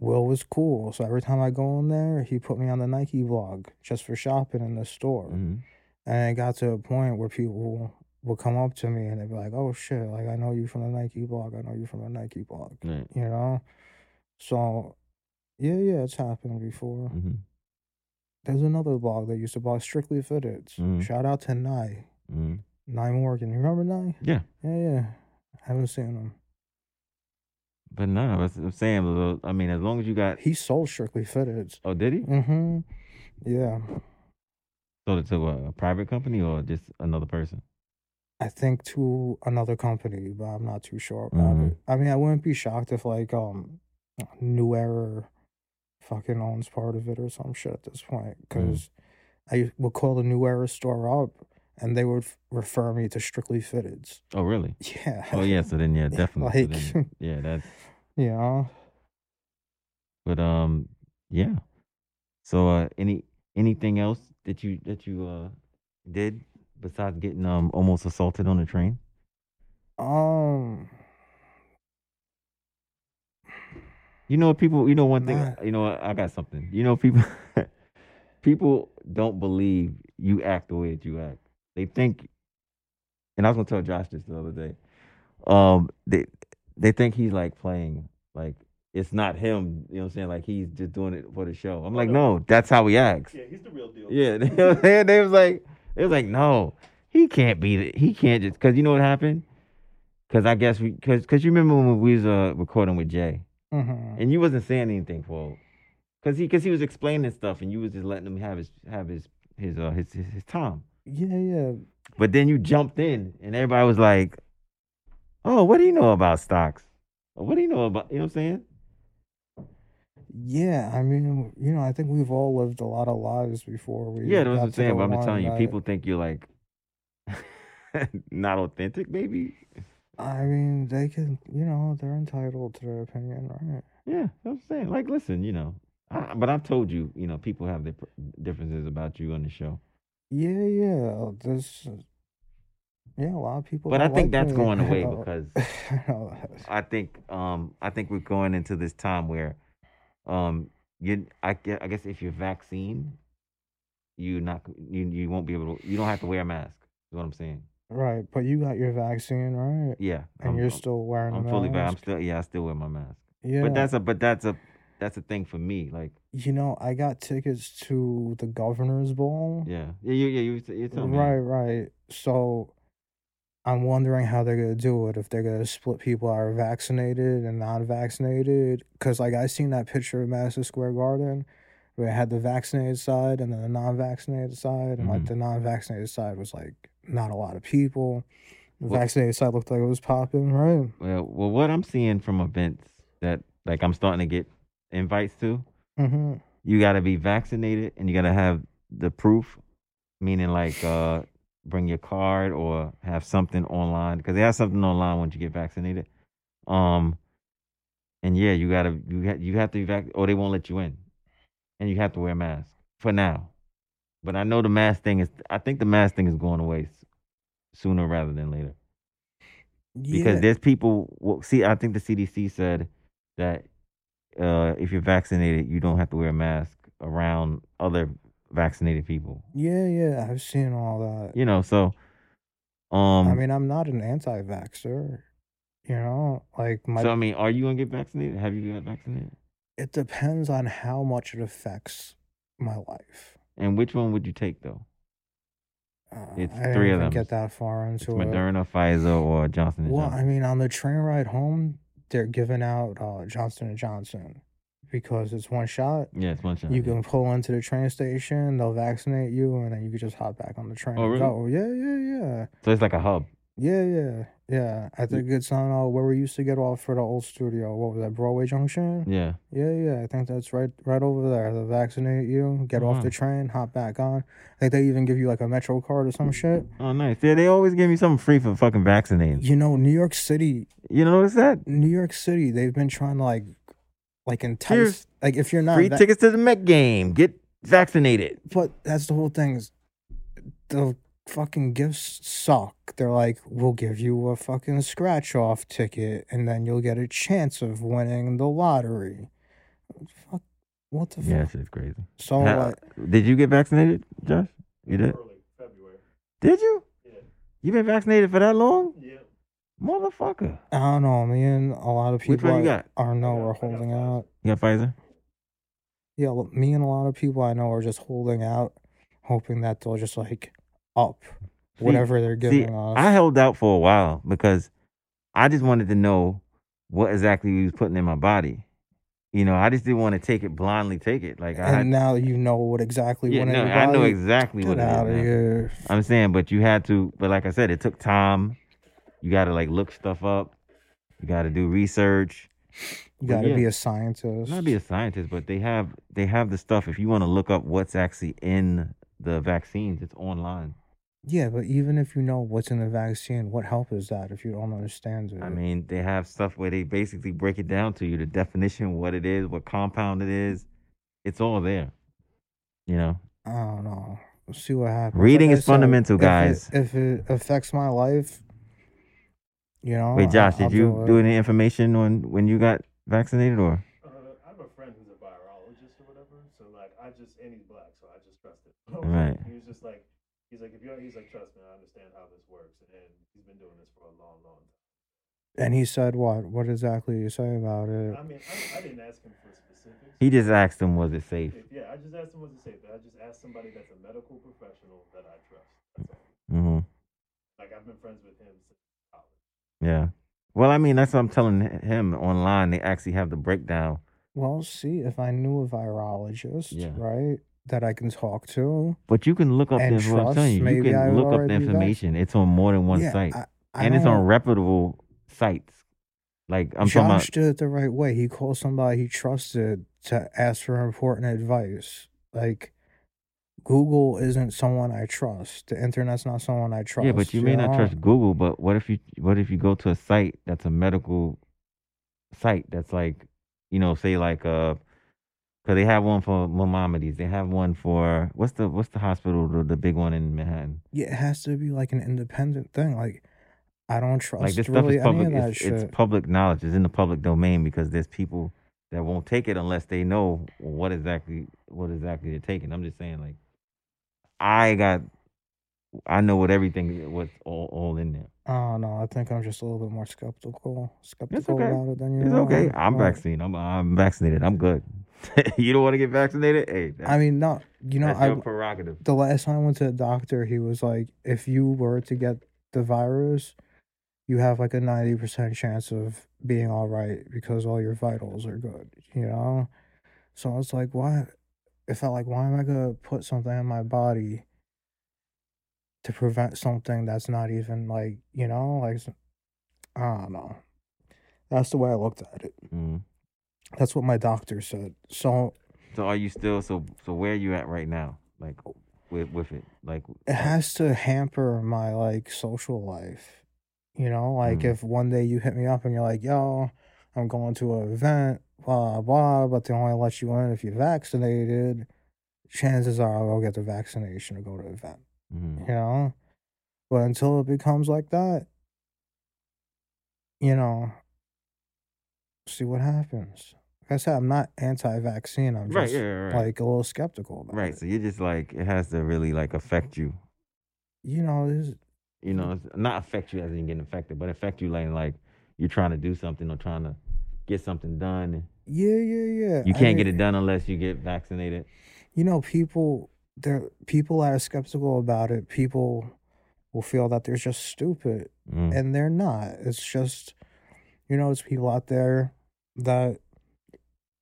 Speaker 4: Will was cool. So every time I go in there, he put me on the Nike vlog just for shopping in the store.
Speaker 3: Mhm.
Speaker 4: And it got to a point where people would come up to me and they'd be like, "Oh shit! Like I know you from the Nike vlog. I know you from the Nike vlog."
Speaker 3: Right.
Speaker 4: You know, so yeah, yeah, it's happened before.
Speaker 3: Mhm.
Speaker 4: There's another vlog that used to blog Strictly Fitted.
Speaker 3: Mhm.
Speaker 4: Shout out to Nye,
Speaker 3: Mhm.
Speaker 4: Nye Morgan. You remember Nye?
Speaker 3: Yeah.
Speaker 4: Yeah, yeah. I haven't seen him.
Speaker 3: But no, I was- I'm saying, though, I mean, as long as you got.
Speaker 4: He sold Strictly Fitted.
Speaker 3: Oh, did he?
Speaker 4: Mm-hmm. Yeah.
Speaker 3: Sold it to a, a private company or just another person?
Speaker 4: I think to another company, but I'm not too sure about
Speaker 3: Mhm.
Speaker 4: it. I mean, I wouldn't be shocked if like um New Era fucking owns part of it or some shit at this point.
Speaker 3: Mm.
Speaker 4: Cause I would call the New Era store up and they would f- refer me to Strictly Fitted.
Speaker 3: Oh, really?
Speaker 4: Yeah.
Speaker 3: Oh, yeah. So then, yeah, definitely. so
Speaker 4: Like-
Speaker 3: then, yeah, that's.
Speaker 4: You know?
Speaker 3: But um, yeah. So uh, any anything else that you that you uh did besides getting um almost assaulted on a train?
Speaker 4: Um
Speaker 3: You know, people. You know, one thing.
Speaker 4: Nah.
Speaker 3: You know, what, I got something. You know, people. people don't believe you act the way that you act. They think, and I was gonna tell Josh this the other day. Um, they they think he's like playing, like it's not him. You know what I'm saying? Like he's just doing it for the show. I'm like,
Speaker 5: no.
Speaker 3: no, that's how he acts.
Speaker 5: Yeah, he's the real deal.
Speaker 3: Yeah, they, they, they was like, they was like, no, he can't be, the, he can't just, cause you know what happened? Cause I guess we, cause, cause you remember when we was uh, recording with Jay,
Speaker 4: mhm.
Speaker 3: and you wasn't saying anything for, cause he, cause he was explaining stuff, and you was just letting him have his, have his, his, uh, his, his, his time.
Speaker 4: Yeah, yeah.
Speaker 3: But then you jumped in, and everybody was like, oh, what do you know about stocks? Or What do you know about, you know what I'm saying?
Speaker 4: Yeah, I mean, you know, I think we've all lived a lot of lives before we
Speaker 3: Yeah, that's what
Speaker 4: got
Speaker 3: I'm
Speaker 4: to
Speaker 3: saying.
Speaker 4: the
Speaker 3: But I'm just
Speaker 4: one
Speaker 3: telling you,
Speaker 4: that-
Speaker 3: people think you're like not authentic, maybe.
Speaker 4: I mean, they can, you know, they're entitled to their opinion, right?
Speaker 3: Yeah, that's what I'm saying. Like, listen, you know, I, but I've told you, you know, people have their pr- differences about you on the show.
Speaker 4: Yeah, yeah. That's yeah. A lot of people.
Speaker 3: But I
Speaker 4: don't
Speaker 3: think
Speaker 4: like
Speaker 3: that's
Speaker 4: me.
Speaker 3: going away
Speaker 4: Oh,
Speaker 3: because
Speaker 4: oh, that's-
Speaker 3: I think um I think we're going into this time where um you I, gue- I guess if you're vaccine, you not you you won't be able to you don't have to wear a mask. Is what I'm saying.
Speaker 4: right, but you got your vaccine, right?
Speaker 3: Yeah,
Speaker 4: And
Speaker 3: I'm,
Speaker 4: you're
Speaker 3: I'm-
Speaker 4: still wearing.
Speaker 3: I'm,
Speaker 4: a
Speaker 3: fully va- I'm
Speaker 4: mask.
Speaker 3: still yeah I still wear my mask.
Speaker 4: Yeah.
Speaker 3: But that's a but that's a that's a thing for me. Like
Speaker 4: you know, I got tickets to the Governor's Ball.
Speaker 3: yeah yeah you yeah you t- you're telling me.
Speaker 4: Right, right. So I'm wondering how they're gonna do it if they're gonna split people that are vaccinated and non-vaccinated. Cause like I seen that picture of Madison Square Garden where it had the vaccinated side and then the non-vaccinated side, and like
Speaker 3: Mhm.
Speaker 4: the non-vaccinated side was like not a lot of people. The
Speaker 3: Well-
Speaker 4: vaccinated side looked like it was popping, right?
Speaker 3: Well, well, what I'm seeing from events that like I'm starting to get invites to,
Speaker 4: Mm-hmm.
Speaker 3: you got to be vaccinated and you got to have the proof, meaning like uh bring your card or have something online because they have something online once you get vaccinated. Um, and yeah, you gotta you ha- you have to be vac or they won't let you in, and you have to wear a mask for now. But I know the mask thing is. I think the mask thing is going away s- sooner rather than later because there's people well, see i think the cdc said that uh, if you're vaccinated you don't have to wear a mask around other vaccinated people
Speaker 4: yeah, yeah, I've seen all that.
Speaker 3: you know so um
Speaker 4: I mean, I'm not an anti-vaxxer. You know, like my
Speaker 3: so i mean are you gonna get vaccinated have you got vaccinated
Speaker 4: it depends on how much it affects my life.
Speaker 3: and which one would you take though
Speaker 4: Uh,
Speaker 3: It's
Speaker 4: I didn't
Speaker 3: three of them.
Speaker 4: even Get that far
Speaker 3: it's
Speaker 4: into it.
Speaker 3: moderna pfizer or johnson and
Speaker 4: uh, Well, I
Speaker 3: johnson
Speaker 4: mean, on the train ride home, they're giving out uh, Johnson and Johnson because it's one shot.
Speaker 3: yeah it's one shot
Speaker 4: You
Speaker 3: yeah.
Speaker 4: can pull into the train station, they'll vaccinate you, and then you can just hop back on the train.
Speaker 3: Oh,
Speaker 4: and
Speaker 3: really?
Speaker 4: go. Yeah, yeah, yeah.
Speaker 3: so it's like a hub
Speaker 4: Yeah, yeah, yeah. I think it's on uh, where we used to get off for the old studio. What was that, Broadway Junction?
Speaker 3: yeah
Speaker 4: Yeah, yeah, I think that's right, right over there. They vaccinate you, get off
Speaker 3: Wow.
Speaker 4: the train, hop back on. I think they even give you like a Metro card or some shit.
Speaker 3: oh nice yeah they always give me something free for fucking vaccinating
Speaker 4: You know, New York City,
Speaker 3: you notice that
Speaker 4: New York City, they've been trying to like, like entice,
Speaker 3: Here's
Speaker 4: like if you're not,
Speaker 3: free
Speaker 4: vac-
Speaker 3: tickets to the met game get vaccinated
Speaker 4: but that's the whole thing. Is the fucking gifts suck. They're like, we'll give you a fucking scratch off ticket, and then you'll get a chance of winning the lottery. Fuck, what the
Speaker 3: yeah
Speaker 4: fuck?
Speaker 3: it's crazy
Speaker 4: So
Speaker 3: How-
Speaker 4: Oh, like,
Speaker 3: did you get vaccinated, Josh? You did?
Speaker 5: Early February.
Speaker 3: Did you?
Speaker 5: Yeah.
Speaker 3: You been vaccinated for that long,
Speaker 5: Yeah.
Speaker 3: motherfucker?
Speaker 4: I don't know. Me and a lot of people
Speaker 3: Which one you
Speaker 4: I,
Speaker 3: got?
Speaker 4: I
Speaker 5: I
Speaker 4: know
Speaker 5: got-
Speaker 4: are
Speaker 5: I got
Speaker 4: holding
Speaker 5: Pfizer.
Speaker 4: out.
Speaker 3: You got Pfizer?
Speaker 4: Yeah, l- me and a lot of people I know are just holding out, hoping that they'll just like up
Speaker 3: See-
Speaker 4: whatever they're
Speaker 3: See,
Speaker 4: giving us.
Speaker 3: I held out for a while because I just wanted to know what exactly he was putting in my body. You know, I just didn't want to take it blindly. Take it like I
Speaker 4: and
Speaker 3: had.
Speaker 4: now you know what exactly
Speaker 3: Yeah,
Speaker 4: went in
Speaker 3: no,
Speaker 4: your
Speaker 3: I know
Speaker 4: body.
Speaker 3: exactly
Speaker 4: Get
Speaker 3: what it
Speaker 4: out of
Speaker 3: is. now.
Speaker 4: here.
Speaker 3: I'm saying, but you had to. But like I said, it took time. You got to like look stuff up. You got to do research.
Speaker 4: You
Speaker 3: But
Speaker 4: gotta
Speaker 3: yeah.
Speaker 4: be a scientist.
Speaker 3: not be a scientist, but they have they have the stuff. If you want to look up what's actually in the vaccines, it's online.
Speaker 4: yeah, but even if you know what's in the vaccine, what help is that if you don't understand it?
Speaker 3: I mean, they have stuff where they basically break it down to you the definition, what it is, what compound it is. It's all there. You know,
Speaker 4: I don't know. We'll see what happens.
Speaker 3: Reading
Speaker 4: Like I
Speaker 3: is
Speaker 4: said,
Speaker 3: fundamental,
Speaker 4: if it-
Speaker 3: guys.
Speaker 4: If it, affects my life, you know.
Speaker 3: wait, Josh,
Speaker 4: Oh, I- I'll
Speaker 3: did you
Speaker 4: it.
Speaker 3: do any information on when you got vaccinated or?
Speaker 5: Uh, I have a friend who's a virologist or whatever, so like I just and he's black, so I just trust him.
Speaker 3: Right.
Speaker 5: he was just like, he's like, if you're, he's like, trust me, I understand how this works, and he's been doing this for a long, long time.
Speaker 4: And he said, "What? What exactly you say about it?"
Speaker 5: I mean, I, I didn't ask him for specifics.
Speaker 3: He just asked him, was it safe?
Speaker 5: If- yeah, I just asked him what to say, but I just asked somebody that's a medical professional that I trust. That's all.
Speaker 3: hmm
Speaker 5: Like I've been friends with him since college.
Speaker 3: Yeah. Well, I mean, that's what I'm telling him online. They actually have the breakdown.
Speaker 4: Well, see, if I knew a virologist,
Speaker 3: Yeah.
Speaker 4: right, that I can talk to,
Speaker 3: But you can look up
Speaker 4: And
Speaker 3: the information. I'm
Speaker 4: trust,
Speaker 3: telling you, you
Speaker 4: maybe
Speaker 3: can
Speaker 4: I
Speaker 3: look up the
Speaker 4: already
Speaker 3: information. It's on more than one
Speaker 4: yeah,
Speaker 3: site.
Speaker 4: I, I
Speaker 3: and it's
Speaker 4: don't-
Speaker 3: on reputable sites. Like I'm
Speaker 4: Josh
Speaker 3: talking
Speaker 4: did it the right way. He called somebody he trusted to ask for important advice. Like Google isn't someone I trust. The internet's not someone I
Speaker 3: about
Speaker 4: trust.
Speaker 3: yeah, but you may not
Speaker 4: know?
Speaker 3: trust Google. But what if you what if you go to a site that's a medical site that's like you know say like uh Cause they have one for Mamamedies. They have one for what's the what's the hospital the, the big one in Manhattan?
Speaker 4: Yeah, it has to be like an independent thing. Like I don't trust
Speaker 3: like this stuff
Speaker 4: really
Speaker 3: is public.
Speaker 4: any of that
Speaker 3: It's,
Speaker 4: shit.
Speaker 3: it's public knowledge. It's in the public domain because there's people that won't take it unless they know what exactly what exactly they're taking. I'm just saying, like, I got, I know what everything what's all, all in there.
Speaker 4: Oh no, I think I'm just a little bit more skeptical skeptical
Speaker 3: okay.
Speaker 4: about it than you
Speaker 3: It's
Speaker 4: are.
Speaker 3: okay. I'm
Speaker 4: Like,
Speaker 3: vaccinated. I'm I'm vaccinated. I'm good. you don't want to get vaccinated? Hey, that's,
Speaker 4: I mean, no, you know,
Speaker 3: that's
Speaker 4: I
Speaker 3: your prerogative.
Speaker 4: the last time I went to the doctor, he was like, if you were to get the virus, you have like a ninety percent chance of being all right because all your vitals are good. You know, so I was like, why? It felt like, why am I gonna put something in my body to prevent something that's not even like, you know, like, s- I don't know. That's the way I looked at it.
Speaker 3: Mhm.
Speaker 4: That's what my doctor said. So
Speaker 3: So are you still so so where are you at right now? Like with with it? Like
Speaker 4: it has to hamper my like social life. You know, like
Speaker 3: Mhm.
Speaker 4: if one day you hit me up and you're like, yo, I'm going to an event, blah, blah, but they only let you in if you're vaccinated, chances are I'll go get the vaccination to go to the event,
Speaker 3: mhm.
Speaker 4: you know? But until it becomes like that, you know, see what happens. Like I said, I'm not anti vaccine. I'm
Speaker 3: right,
Speaker 4: just
Speaker 3: yeah, right.
Speaker 4: like a little skeptical about
Speaker 3: Right.
Speaker 4: it.
Speaker 3: So you're just like it has to really like affect you.
Speaker 4: You know, there's
Speaker 3: You know, it's- not affect you as in getting affected, but affect you like like you're trying to do something or trying to get something done.
Speaker 4: Yeah, yeah, yeah.
Speaker 3: You
Speaker 4: I
Speaker 3: can't get
Speaker 4: mean,
Speaker 3: it done unless you get vaccinated.
Speaker 4: You know, people there people that are skeptical about it, people will feel that they're just stupid
Speaker 3: Mm.
Speaker 4: and they're not. It's just you know, it's people out there that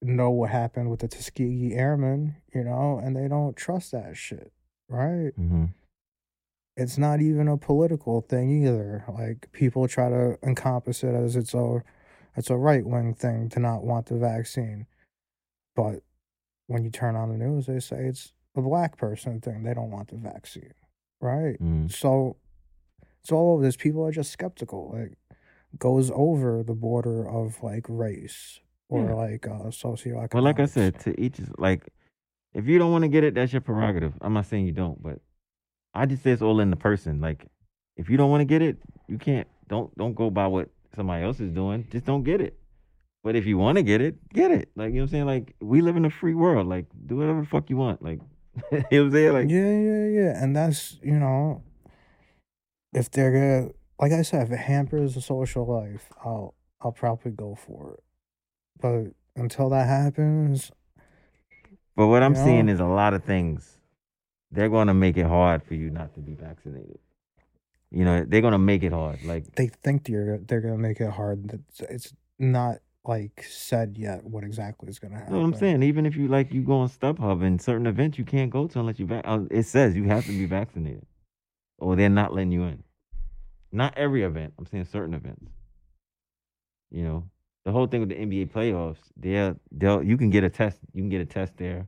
Speaker 4: know what happened with the Tuskegee Airmen, you know, and they don't trust that shit, right?
Speaker 3: hmm
Speaker 4: It's not even a political thing either. Like people try to encompass it as it's a it's a right wing thing to not want the vaccine. But when you turn on the news, they say it's a black person thing. They don't want the vaccine, right?
Speaker 3: mm
Speaker 4: So it's all over this. People are just skeptical. Like goes over the border of like race or
Speaker 3: Yeah.
Speaker 4: like uh, socioeconomic.
Speaker 3: But like I said, to each is like if you don't want to get it, that's your prerogative. I'm not saying you don't, but I just say it's all in the person. Like if you don't want to get it, you can't don't don't go by what somebody else is doing. Just don't get it. But if you want to get it, get it. Like you know what I'm saying? Like we live in a free world. Like do whatever the fuck you want. Like you know what I'm saying? Like
Speaker 4: yeah, yeah, yeah. And that's, you know, if they're gonna like I said, if it hampers the social life, I'll I'll probably go for it. But until that happens,
Speaker 3: But what I'm
Speaker 4: Yeah.
Speaker 3: seeing is a lot of things. They're gonna make it hard for you not to be vaccinated. You know, they're gonna make it hard. Like
Speaker 4: they think they're they're gonna make it hard. That's- It's not like said yet what exactly is gonna happen.
Speaker 3: You know what I'm saying? Even if you like, you go on StubHub and certain events you can't go to unless you vac. uh, It says you have to be vaccinated, or they're not letting you in. Not every event. I'm saying certain events. You know, the whole thing with the NBA playoffs. They'll they'll you can get a test. You can get a test there.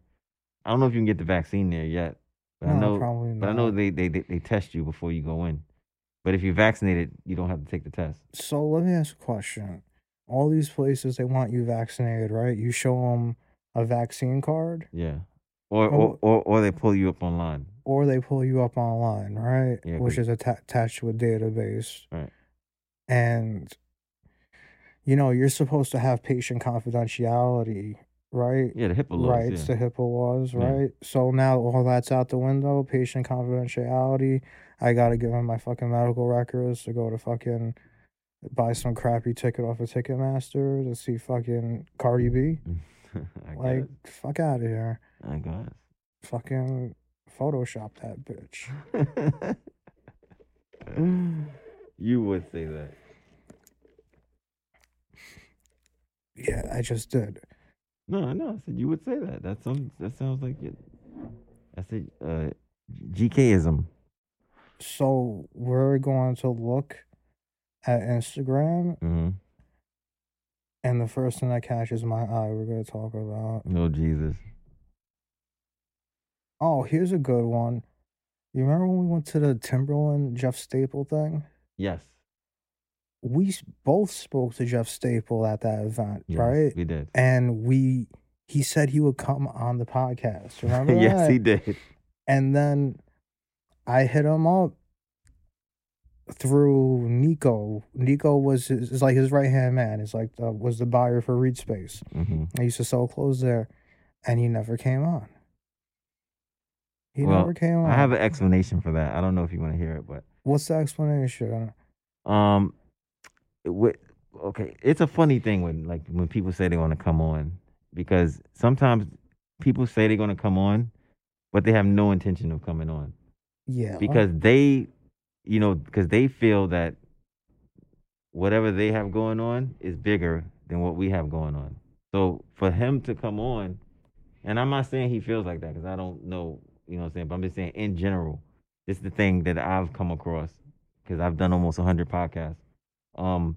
Speaker 3: I don't know if you can get the vaccine there yet, but I
Speaker 4: No,
Speaker 3: know.
Speaker 4: probably not.
Speaker 3: But I know they, they they they test you before you go in. But if you're vaccinated, you don't have to take the test.
Speaker 4: So let me ask a question. All these places they want you vaccinated, right? You show them a vaccine card,
Speaker 3: Yeah. Or
Speaker 4: Oh.
Speaker 3: or, or or they pull you up online.
Speaker 4: or they pull you up online, right?
Speaker 3: Yeah,
Speaker 4: Which
Speaker 3: but-
Speaker 4: is atta- attached to a database.
Speaker 3: Right.
Speaker 4: And, you know, you're supposed to have patient confidentiality, right?
Speaker 3: Yeah, the HIPAA laws.
Speaker 4: Rights
Speaker 3: yeah.
Speaker 4: to HIPAA laws,
Speaker 3: Yeah.
Speaker 4: right? So now all that's out the window. Patient confidentiality. I got to give them my fucking medical records to go to fucking buy some crappy ticket off of Ticketmaster to see fucking Cardi B.
Speaker 3: I
Speaker 4: Like,
Speaker 3: guess.
Speaker 4: fuck out of here.
Speaker 3: I guess.
Speaker 4: Fucking Photoshop that bitch.
Speaker 3: you would say that.
Speaker 4: Yeah, I just did.
Speaker 3: No, I know. I said you would say that. That sounds. That sounds like it. I said uh, GKism.
Speaker 4: So we're going to look at Instagram,
Speaker 3: Mm-hmm.
Speaker 4: and the first thing that catches my eye, we're going to talk about.
Speaker 3: No Jesus.
Speaker 4: Oh, here's a good one. You remember when we went to the Timberland Jeff Staple thing?
Speaker 3: Yes.
Speaker 4: We s- both spoke to Jeff Staple at that event,
Speaker 3: yes
Speaker 4: right?
Speaker 3: We did.
Speaker 4: And we he said he would come on the podcast. Remember?
Speaker 3: yes,
Speaker 4: that?
Speaker 3: he did.
Speaker 4: And then I hit him up through Nico. Nico was his, is like his right hand man. He's like the, was the buyer for Reed Space.
Speaker 3: hmm
Speaker 4: I used to sell clothes there, and he never came on. He
Speaker 3: Well,
Speaker 4: never came on.
Speaker 3: I have an explanation for that. I don't know if you want to hear it, but
Speaker 4: What's the explanation?
Speaker 3: Um, with okay, it's a funny thing when like when people say they want to come on because sometimes people say they're going to come on, but they have no intention of coming on
Speaker 4: Yeah,
Speaker 3: because they, you know, because they feel that whatever they have going on is bigger than what we have going on. So for him to come on, and I'm not saying he feels like that because I don't know, you know what I'm saying, but I'm just saying in general, this is the thing that I've come across because I've done almost 100 podcasts. Um,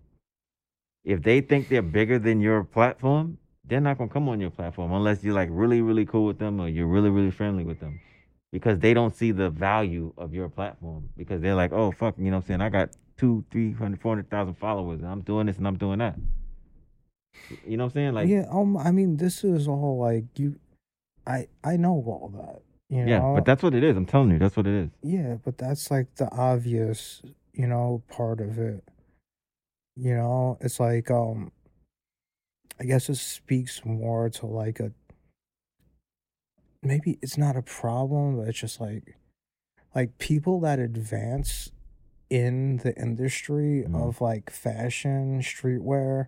Speaker 3: if they think they're bigger than your platform, they're not gonna come on your platform unless you're like really, really cool with them or you're really, really friendly with them because they don't see the value of your platform because they're like, oh fuck, you know what I'm saying? I got two, three hundred, four hundred thousand followers and I'm doing this and I'm doing that. You know what I'm saying? Like
Speaker 4: yeah, um, I mean, this is all like you. I I know all that. You know?
Speaker 3: yeah, but that's what it is. I'm telling you, that's what it is.
Speaker 4: Yeah, but that's like the obvious, you know, part of it. You know, it's like um I guess it speaks more to like a maybe it's not a problem, but it's just like like people that advance in the industry
Speaker 3: Mhm.
Speaker 4: of like fashion, streetwear,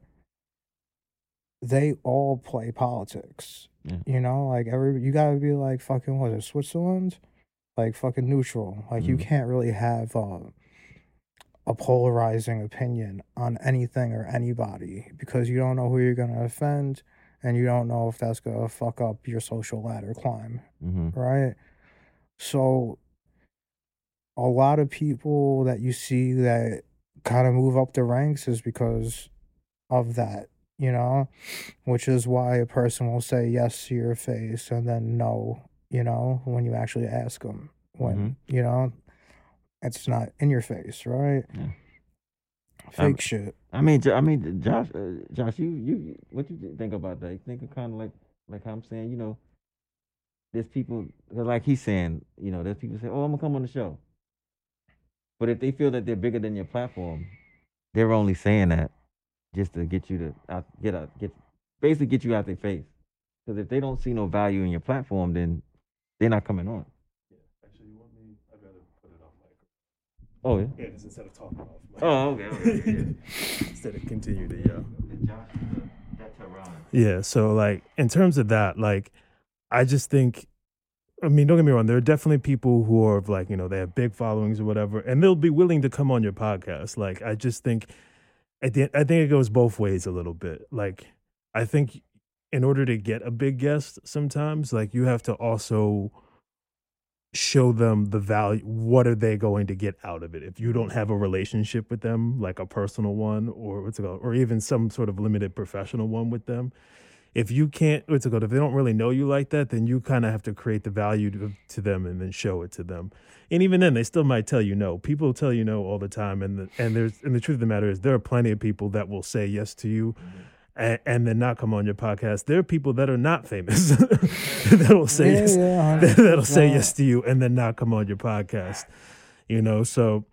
Speaker 4: they all play politics.
Speaker 3: Yeah.
Speaker 4: You know, like every you gotta be like fucking what is it, Switzerland? Like fucking neutral. Like you
Speaker 3: Mhm.
Speaker 4: can't really have um a polarizing opinion on anything or anybody because you don't know who you're gonna offend and you don't know if that's gonna fuck up your social ladder climb,
Speaker 3: Mm-hmm.
Speaker 4: right? So a lot of people that you see that kind of move up the ranks is because of that, you know, which is why a person will say yes to your face and then no, you know, when you actually ask them, when,
Speaker 3: Mm-hmm.
Speaker 4: you know, it's not in your face, right?
Speaker 3: Yeah. Um,
Speaker 4: Fake
Speaker 3: I'm-
Speaker 4: shit.
Speaker 3: I mean, Jo- I mean, Josh, uh, Josh, you, you, what you think about that? You think of kind of like, like how I'm saying, you know, there's people 'cause like he's saying, you know, there's people say, oh, I'm gonna come on the show, but if they feel that they're bigger than your platform, they're only saying that just to get you to out, get out, get basically get you out their face. Because if they don't see no value in your platform, then they're not coming on.
Speaker 5: Actually, you want me? I'd rather put it on mic.
Speaker 3: Oh yeah.
Speaker 5: Yeah, just instead of talking off mic.
Speaker 3: Oh okay. okay yeah.
Speaker 5: instead of continue to yell.
Speaker 3: Josh, that's around.
Speaker 6: Yeah. So, like, in terms of that, like, I just think, I mean, don't get me wrong, there are definitely people who are like, you know, they have big followings or whatever, and they'll be willing to come on your podcast. Like, I just think, at the, I think it goes both ways a little bit. Like, I think in order to get a big guest, sometimes, like, you have to also show them the value what are they going to get out of it if you don't have a relationship with them like a personal one or what's it called or even some sort of limited professional one with them if you can't what's it called if they don't really know you like that then you kind of have to create the value to, to them and then show it to them and even then they still might tell you no people tell you no all the time and the, and there's and the truth of the matter is there are plenty of people that will say yes to you
Speaker 4: Mm-hmm.
Speaker 6: and, and then not come on your podcast there are people that are not famous that will say
Speaker 4: Yeah,
Speaker 6: yes
Speaker 4: yeah,
Speaker 6: that- that'll say
Speaker 4: 100%.
Speaker 6: yes to you and then not come on your podcast. You know, so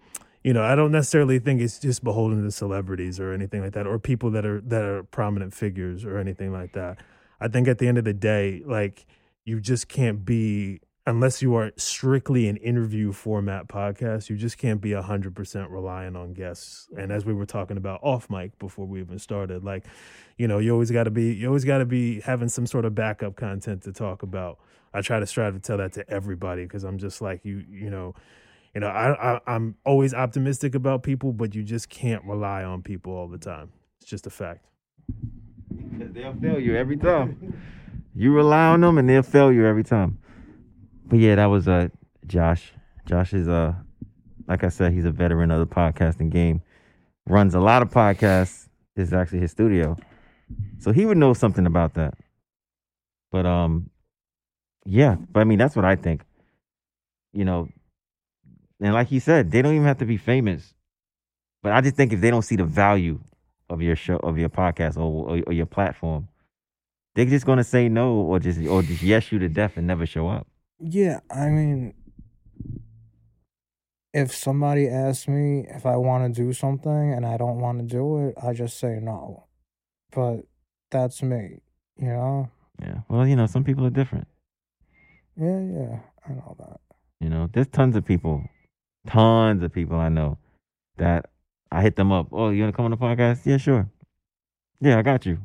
Speaker 6: you know, I don't necessarily think it's just beholden to celebrities or anything like that, or people that are that are prominent figures or anything like that. I think at the end of the day, like you just can't be unless you are strictly an interview format podcast, you just can't be hundred percent reliant on guests. And as we were talking about off mic before we even started, like, you know, you always gotta be you always gotta be having some sort of backup content to talk about. I try to strive to tell that to everybody because I'm just like you, you know, you know, I, I I'm always optimistic about people, but you just can't rely on people all the time. It's just a fact.
Speaker 3: Cause they'll fail you every time. You rely on them and they'll fail you every time. But yeah, that was uh Josh. Josh is uh like I said, he's a veteran of the podcasting game. Runs a lot of podcasts. This is actually his studio. So he would know something about that. But um yeah, but I mean that's what I think. You know, and like he said, they don't even have to be famous. But I just think if they don't see the value of your show of your podcast or, or, or your platform They're just gonna say no or just or just yes you to death and never show up.
Speaker 4: Yeah, I mean, if somebody asks me if I want to do something and I don't want to do it, I just say no. But that's me, you know?
Speaker 3: Yeah. Well, you know, some people are different.
Speaker 4: Yeah, yeah, I know that.
Speaker 3: You know, there's tons of people, tons of people I know that I hit them up. Oh, you wanna come on the podcast? Yeah, sure. Yeah, I got you.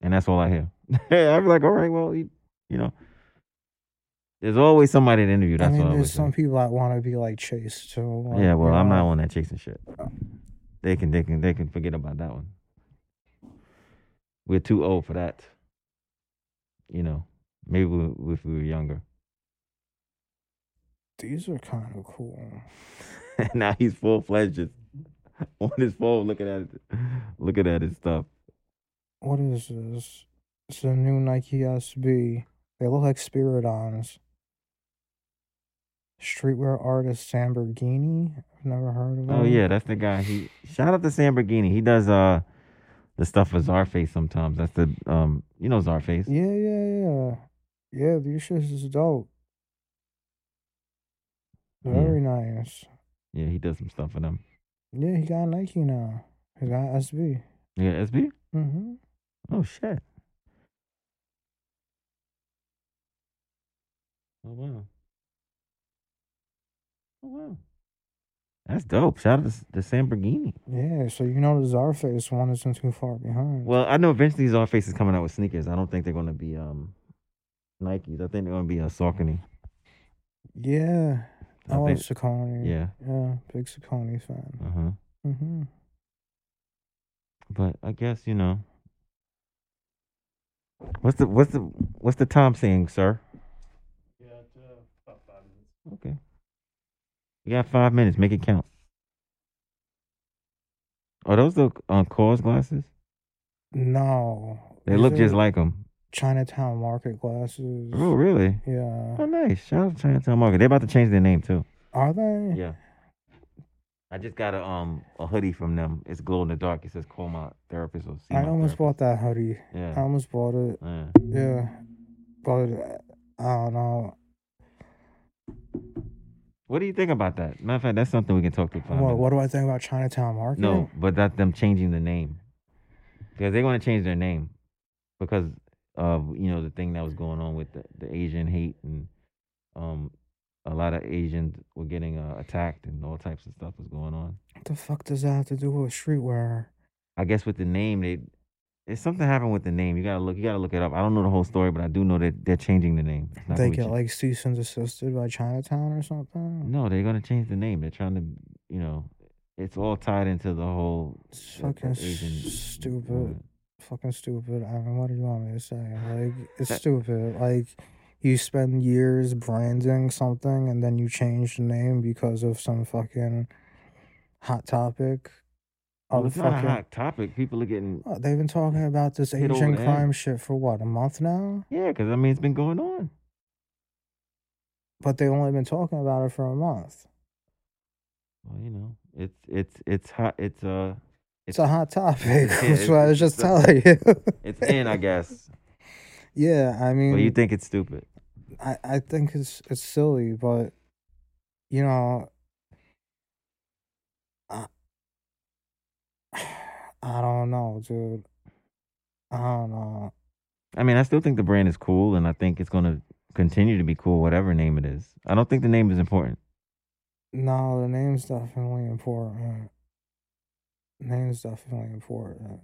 Speaker 3: And that's all I hear. I'm like, all right, well, you, you know, there's always somebody to interview. That's what
Speaker 4: I mean,
Speaker 3: I
Speaker 4: there's
Speaker 3: was.
Speaker 4: some people that want to be like chased too. like, uh,
Speaker 3: Yeah, well,
Speaker 4: you
Speaker 3: I'm
Speaker 4: know?
Speaker 3: not on that chasing shit. They can, they can, they can forget about that one. We're too old for that. You know, maybe we, if we were younger.
Speaker 4: These are kind of cool.
Speaker 3: now he's full fledged, just on his phone, looking at, it, looking at his stuff.
Speaker 4: What is this? It's a new Nike SB. They look like Spiridons. Streetwear artist Samborghini. I've never heard of him.
Speaker 3: Oh yeah, that's the guy. He shout out to Sam Bergini. He does uh the stuff for Zarface sometimes. That's the um, you know Zarface.
Speaker 4: Yeah, yeah, yeah. Yeah, these shits is dope.
Speaker 3: Yeah.
Speaker 4: Very nice.
Speaker 3: Yeah, he does some stuff for them.
Speaker 4: Yeah, he got Nike now. He got SB.
Speaker 3: Yeah, SB.
Speaker 4: Mm-hmm.
Speaker 3: Oh shit. Oh wow. Oh wow. That's dope. Shout out to, S- to Sam Bergini.
Speaker 4: Yeah, so you know the Zarface one isn't too far behind.
Speaker 3: Well, I know eventually Zarface is coming out with sneakers. I don't think they're gonna be um Nikes. I think they're gonna be a Saucony.
Speaker 4: yeah, I,
Speaker 3: I
Speaker 4: love
Speaker 3: think-
Speaker 4: Saucony.
Speaker 3: Yeah.
Speaker 4: yeah, big Saucony fan.
Speaker 3: Uh huh.
Speaker 4: Mm-hmm.
Speaker 3: But I guess you know. What's the what's the what's the time saying, sir?
Speaker 5: Yeah, it's, uh, about five minutes.
Speaker 3: Okay. You got five minutes. Make it count. Are those the uh, cause glasses?
Speaker 4: No,
Speaker 3: They
Speaker 4: these
Speaker 3: look just
Speaker 4: are
Speaker 3: like them.
Speaker 4: Chinatown market glasses.
Speaker 3: Oh, really?
Speaker 4: Yeah,
Speaker 3: Oh, nice. Shout out to Chinatown Market. They're about to change their name too.
Speaker 4: are they?
Speaker 3: Yeah. I just got a um a hoodie from them. It's glow in the dark. It says call my therapist or see
Speaker 4: I
Speaker 3: my
Speaker 4: almost
Speaker 3: therapist."
Speaker 4: bought um, that hoodie. I
Speaker 3: Yeah.
Speaker 4: almost bought it.
Speaker 3: yeah.
Speaker 4: Yeah, but I don't know.
Speaker 3: What do you think about that? Matter of fact, that's something we can talk to. five
Speaker 4: What,
Speaker 3: minutes.
Speaker 4: what do I think about Chinatown Market?
Speaker 3: No, but that's them changing the name because they're going to change their name because of you know the thing that was going on with the, the Asian hate and um a lot of Asians were getting uh, attacked and all types of stuff was going on.
Speaker 4: What the fuck does that have to do with streetwear?
Speaker 3: I guess with the name they it's something happened with the name. You gotta look. You gotta look it up. I don't know the whole story, but I do know that they're changing the name. It's not
Speaker 4: they
Speaker 3: gonna be
Speaker 4: get
Speaker 3: cha-
Speaker 4: like cease and desisted by Chinatown or something.
Speaker 3: no, they're gonna change the name. They're trying to, you know, it's all tied into the whole
Speaker 4: It's
Speaker 3: uh,
Speaker 4: fucking
Speaker 3: Asian-
Speaker 4: stupid. Fucking stupid. I mean, what do you want me to say? Like, it's
Speaker 3: That-
Speaker 4: stupid. Like, you spend years branding something and then you change the name because of some fucking hot topic.
Speaker 3: Well,
Speaker 4: of
Speaker 3: it's not a hot topic. People are getting
Speaker 4: What, they've been talking about this
Speaker 3: Hit over
Speaker 4: Asian
Speaker 3: the head.
Speaker 4: crime shit for what, a month now?
Speaker 3: Yeah, because I mean it's been going on.
Speaker 4: But they've only been talking about it for a month.
Speaker 3: Well, you know, it's it's it's hot. It's uh,
Speaker 4: It's a hot topic.
Speaker 3: Yeah,
Speaker 4: That's what I was
Speaker 3: it's-
Speaker 4: just
Speaker 3: it's a-
Speaker 4: telling you.
Speaker 3: it's in, I guess.
Speaker 4: yeah, I mean,
Speaker 3: But you think it's stupid?
Speaker 4: I, I think it's it's silly, but you know, I, I don't know, dude. I don't know.
Speaker 3: I mean, I still think the brand is cool, and I think it's gonna continue to be cool, whatever name it is. I don't think the name is important.
Speaker 4: No, the name's definitely important. Name's definitely important.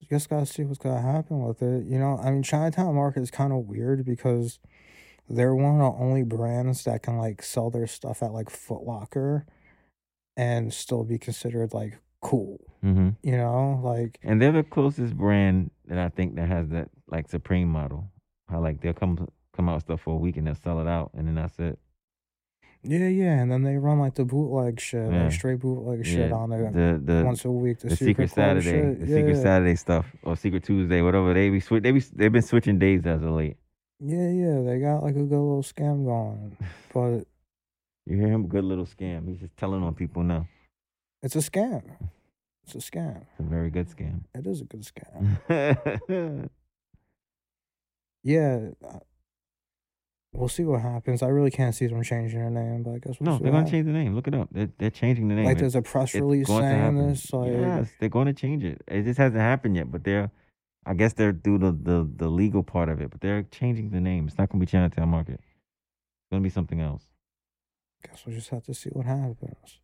Speaker 4: You just gotta see what's gonna happen with it. You know, I mean, Chinatown Market is kind of weird because they're one of the only brands that can like sell their stuff at like Foot Locker and still be considered like cool.
Speaker 3: Mm-hmm.
Speaker 4: You know, like
Speaker 3: And they're the closest brand that I think that has that like supreme model. How like they'll come come out with stuff for a week and they'll sell it out, and then that's it.
Speaker 4: yeah, yeah, and then they run like the bootleg shit,
Speaker 3: Yeah.
Speaker 4: like straight bootleg shit
Speaker 3: Yeah,
Speaker 4: on there
Speaker 3: the the
Speaker 4: once a week. The,
Speaker 3: the secret,
Speaker 4: Club
Speaker 3: Saturday,
Speaker 4: shit.
Speaker 3: the secret
Speaker 4: yeah.
Speaker 3: Saturday stuff, or secret Tuesday, whatever. They be swi- they be they've been switching days as of late.
Speaker 4: Yeah, yeah, they got like a good little scam going, but
Speaker 3: You hear him? Good little scam. He's just telling on people now.
Speaker 4: it's a scam. It's a scam.
Speaker 3: It's a very good scam.
Speaker 4: It is a good scam.
Speaker 3: yeah,
Speaker 4: yeah, uh, we'll see what happens. I really can't see them changing her name, but I guess we'll
Speaker 3: No,
Speaker 4: see
Speaker 3: they're
Speaker 4: what
Speaker 3: gonna change the name. Look it up. They're, they're changing the name.
Speaker 4: happens. Like,
Speaker 3: It-
Speaker 4: there's a press
Speaker 3: it's
Speaker 4: release
Speaker 3: going to
Speaker 4: saying
Speaker 3: happen.
Speaker 4: this. Like,
Speaker 3: yes, they're going to change it. It just hasn't happened yet, but they're. I guess they're through the, the, the legal part of it, but they're changing the name. It's not going to be Chinatown Market. It's going to be something else.
Speaker 4: guess we'll just have to see what happens.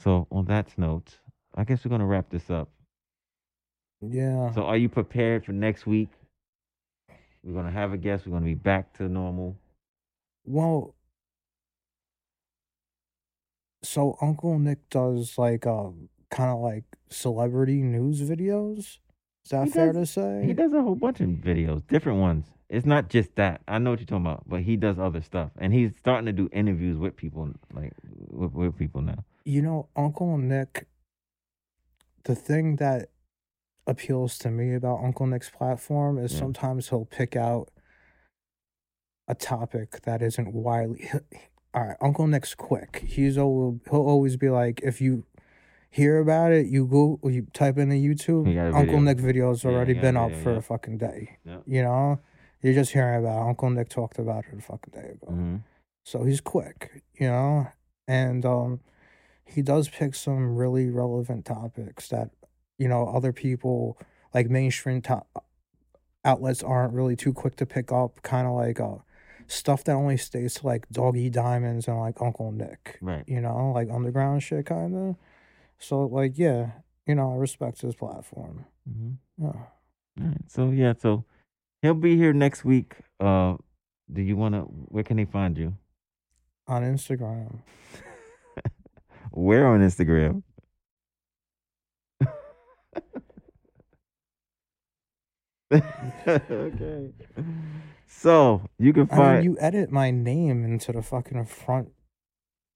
Speaker 3: So on that note, I guess we're going to wrap this up.
Speaker 4: Yeah.
Speaker 3: So are you prepared for next week? We're going to have a guest. We're going to be back to normal.
Speaker 4: Well, so Uncle Nick does like um kind of like celebrity news videos. Is that
Speaker 3: He
Speaker 4: fair
Speaker 3: does-
Speaker 4: to say?
Speaker 3: He does a whole bunch of videos, different ones. It's not just that. I know what you're talking about, but he does other stuff, and he's starting to do interviews with people, like with, with people now.
Speaker 4: You know, Uncle Nick. The thing that appeals to me about Uncle Nick's platform is
Speaker 3: Yeah.
Speaker 4: sometimes he'll pick out a topic that isn't widely. All right, Uncle Nick's quick. He's al he'll always be like, if you hear about it, you go you type in a YouTube.
Speaker 3: He got a
Speaker 4: Uncle
Speaker 3: video.
Speaker 4: Nick video's
Speaker 3: Yeah, he
Speaker 4: already
Speaker 3: got a
Speaker 4: been up
Speaker 3: video,
Speaker 4: for
Speaker 3: yeah.
Speaker 4: a fucking day.
Speaker 3: Yeah.
Speaker 4: You know, you're just hearing about it. Uncle Nick talked about it a fucking day ago.
Speaker 3: hmm
Speaker 4: So he's quick, you know, and um, he does pick some really relevant topics that you know other people like mainstream top outlets aren't really too quick to pick up. Kind of like uh, stuff that only stays to like Doggy Diamonds and like Uncle Nick,
Speaker 3: Right.
Speaker 4: you know, like underground shit, kind of. So like, yeah, you know, I respect his platform.
Speaker 3: hmm
Speaker 4: Yeah.
Speaker 3: All right. So yeah. So he'll be here next week. Uh, do you wanna? Where can they find you?
Speaker 4: On Instagram,
Speaker 3: Where on Instagram? okay. So you can
Speaker 4: I
Speaker 3: find.
Speaker 4: mean, you edit my name into the fucking front,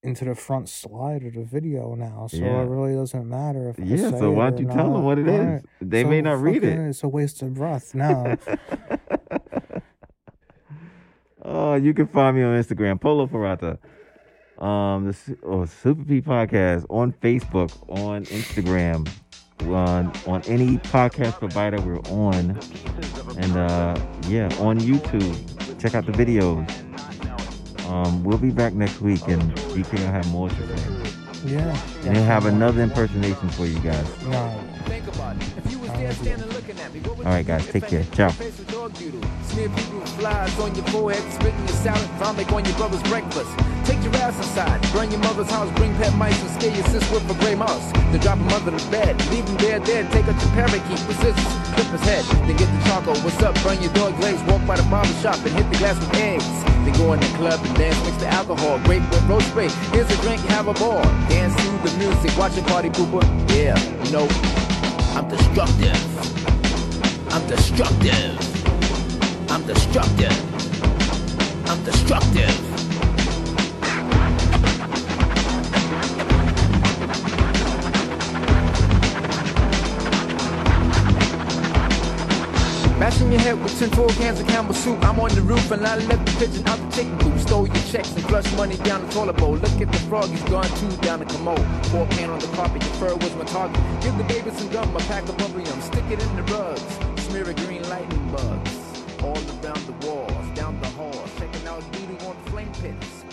Speaker 4: into the front slide of the video now, so
Speaker 3: Yeah.
Speaker 4: it really doesn't matter if I
Speaker 3: yeah.
Speaker 4: say
Speaker 3: So why don't
Speaker 4: it or
Speaker 3: you tell them
Speaker 4: not.
Speaker 3: what it is?
Speaker 4: Alright.
Speaker 3: They
Speaker 4: So
Speaker 3: may not read
Speaker 4: fucking
Speaker 3: it.
Speaker 4: It's a waste of breath.
Speaker 3: oh,
Speaker 4: Now,
Speaker 3: you can find me on Instagram, Polo Ferrata. Um, the Su- oh, Super P Podcast on Facebook, on Instagram, on on any podcast provider we're on, and uh, yeah, on YouTube. Check out the videos. Um, we'll be back next week, and DK will have more shit, man.
Speaker 4: yeah,
Speaker 3: and he'll have another impersonation for you guys.
Speaker 4: no.
Speaker 2: Think about it. If you was there standing looking at me, what would
Speaker 3: All
Speaker 2: you
Speaker 3: right,
Speaker 2: do
Speaker 3: guys,
Speaker 2: if
Speaker 3: take
Speaker 2: I
Speaker 3: care.
Speaker 2: hit
Speaker 3: Ciao.
Speaker 2: your face with dog doodle? Smear people with flies on your forehead, spit in your salad, vomit on your brother's breakfast. Take your ass inside, burn your mother's house, bring pet mice and scare your sis with a gray mouse. Then drop him under the bed, leave him there dead, take out your parakeet with scissors, clip his head. Then get the charcoal, what's up, burn your dog legs, walk by the barber shop and hit the glass with eggs. Then go in the club and dance, mix the alcohol, grape with rose spray. Here's a drink, have a ball. Dance to the music, watch a party pooper. Yeah, you know, I'm destructive. I'm destructive. I'm destructive. I'm destructive. Bashing your head with tin foil cans of Campbell soup. I'm on the roof and I left the pigeon out the chicken coop. Stole your checks and flushed money down the toilet bowl. Look at the frog, he's gone too down the commode. Four pan on the carpet, your fur was my target. Give the baby some gum, a pack of bubblegum. Stick it in the rugs. Smear of green lightning bugs. All around the walls, down the hall. Checking out Doodoo on the flame pits.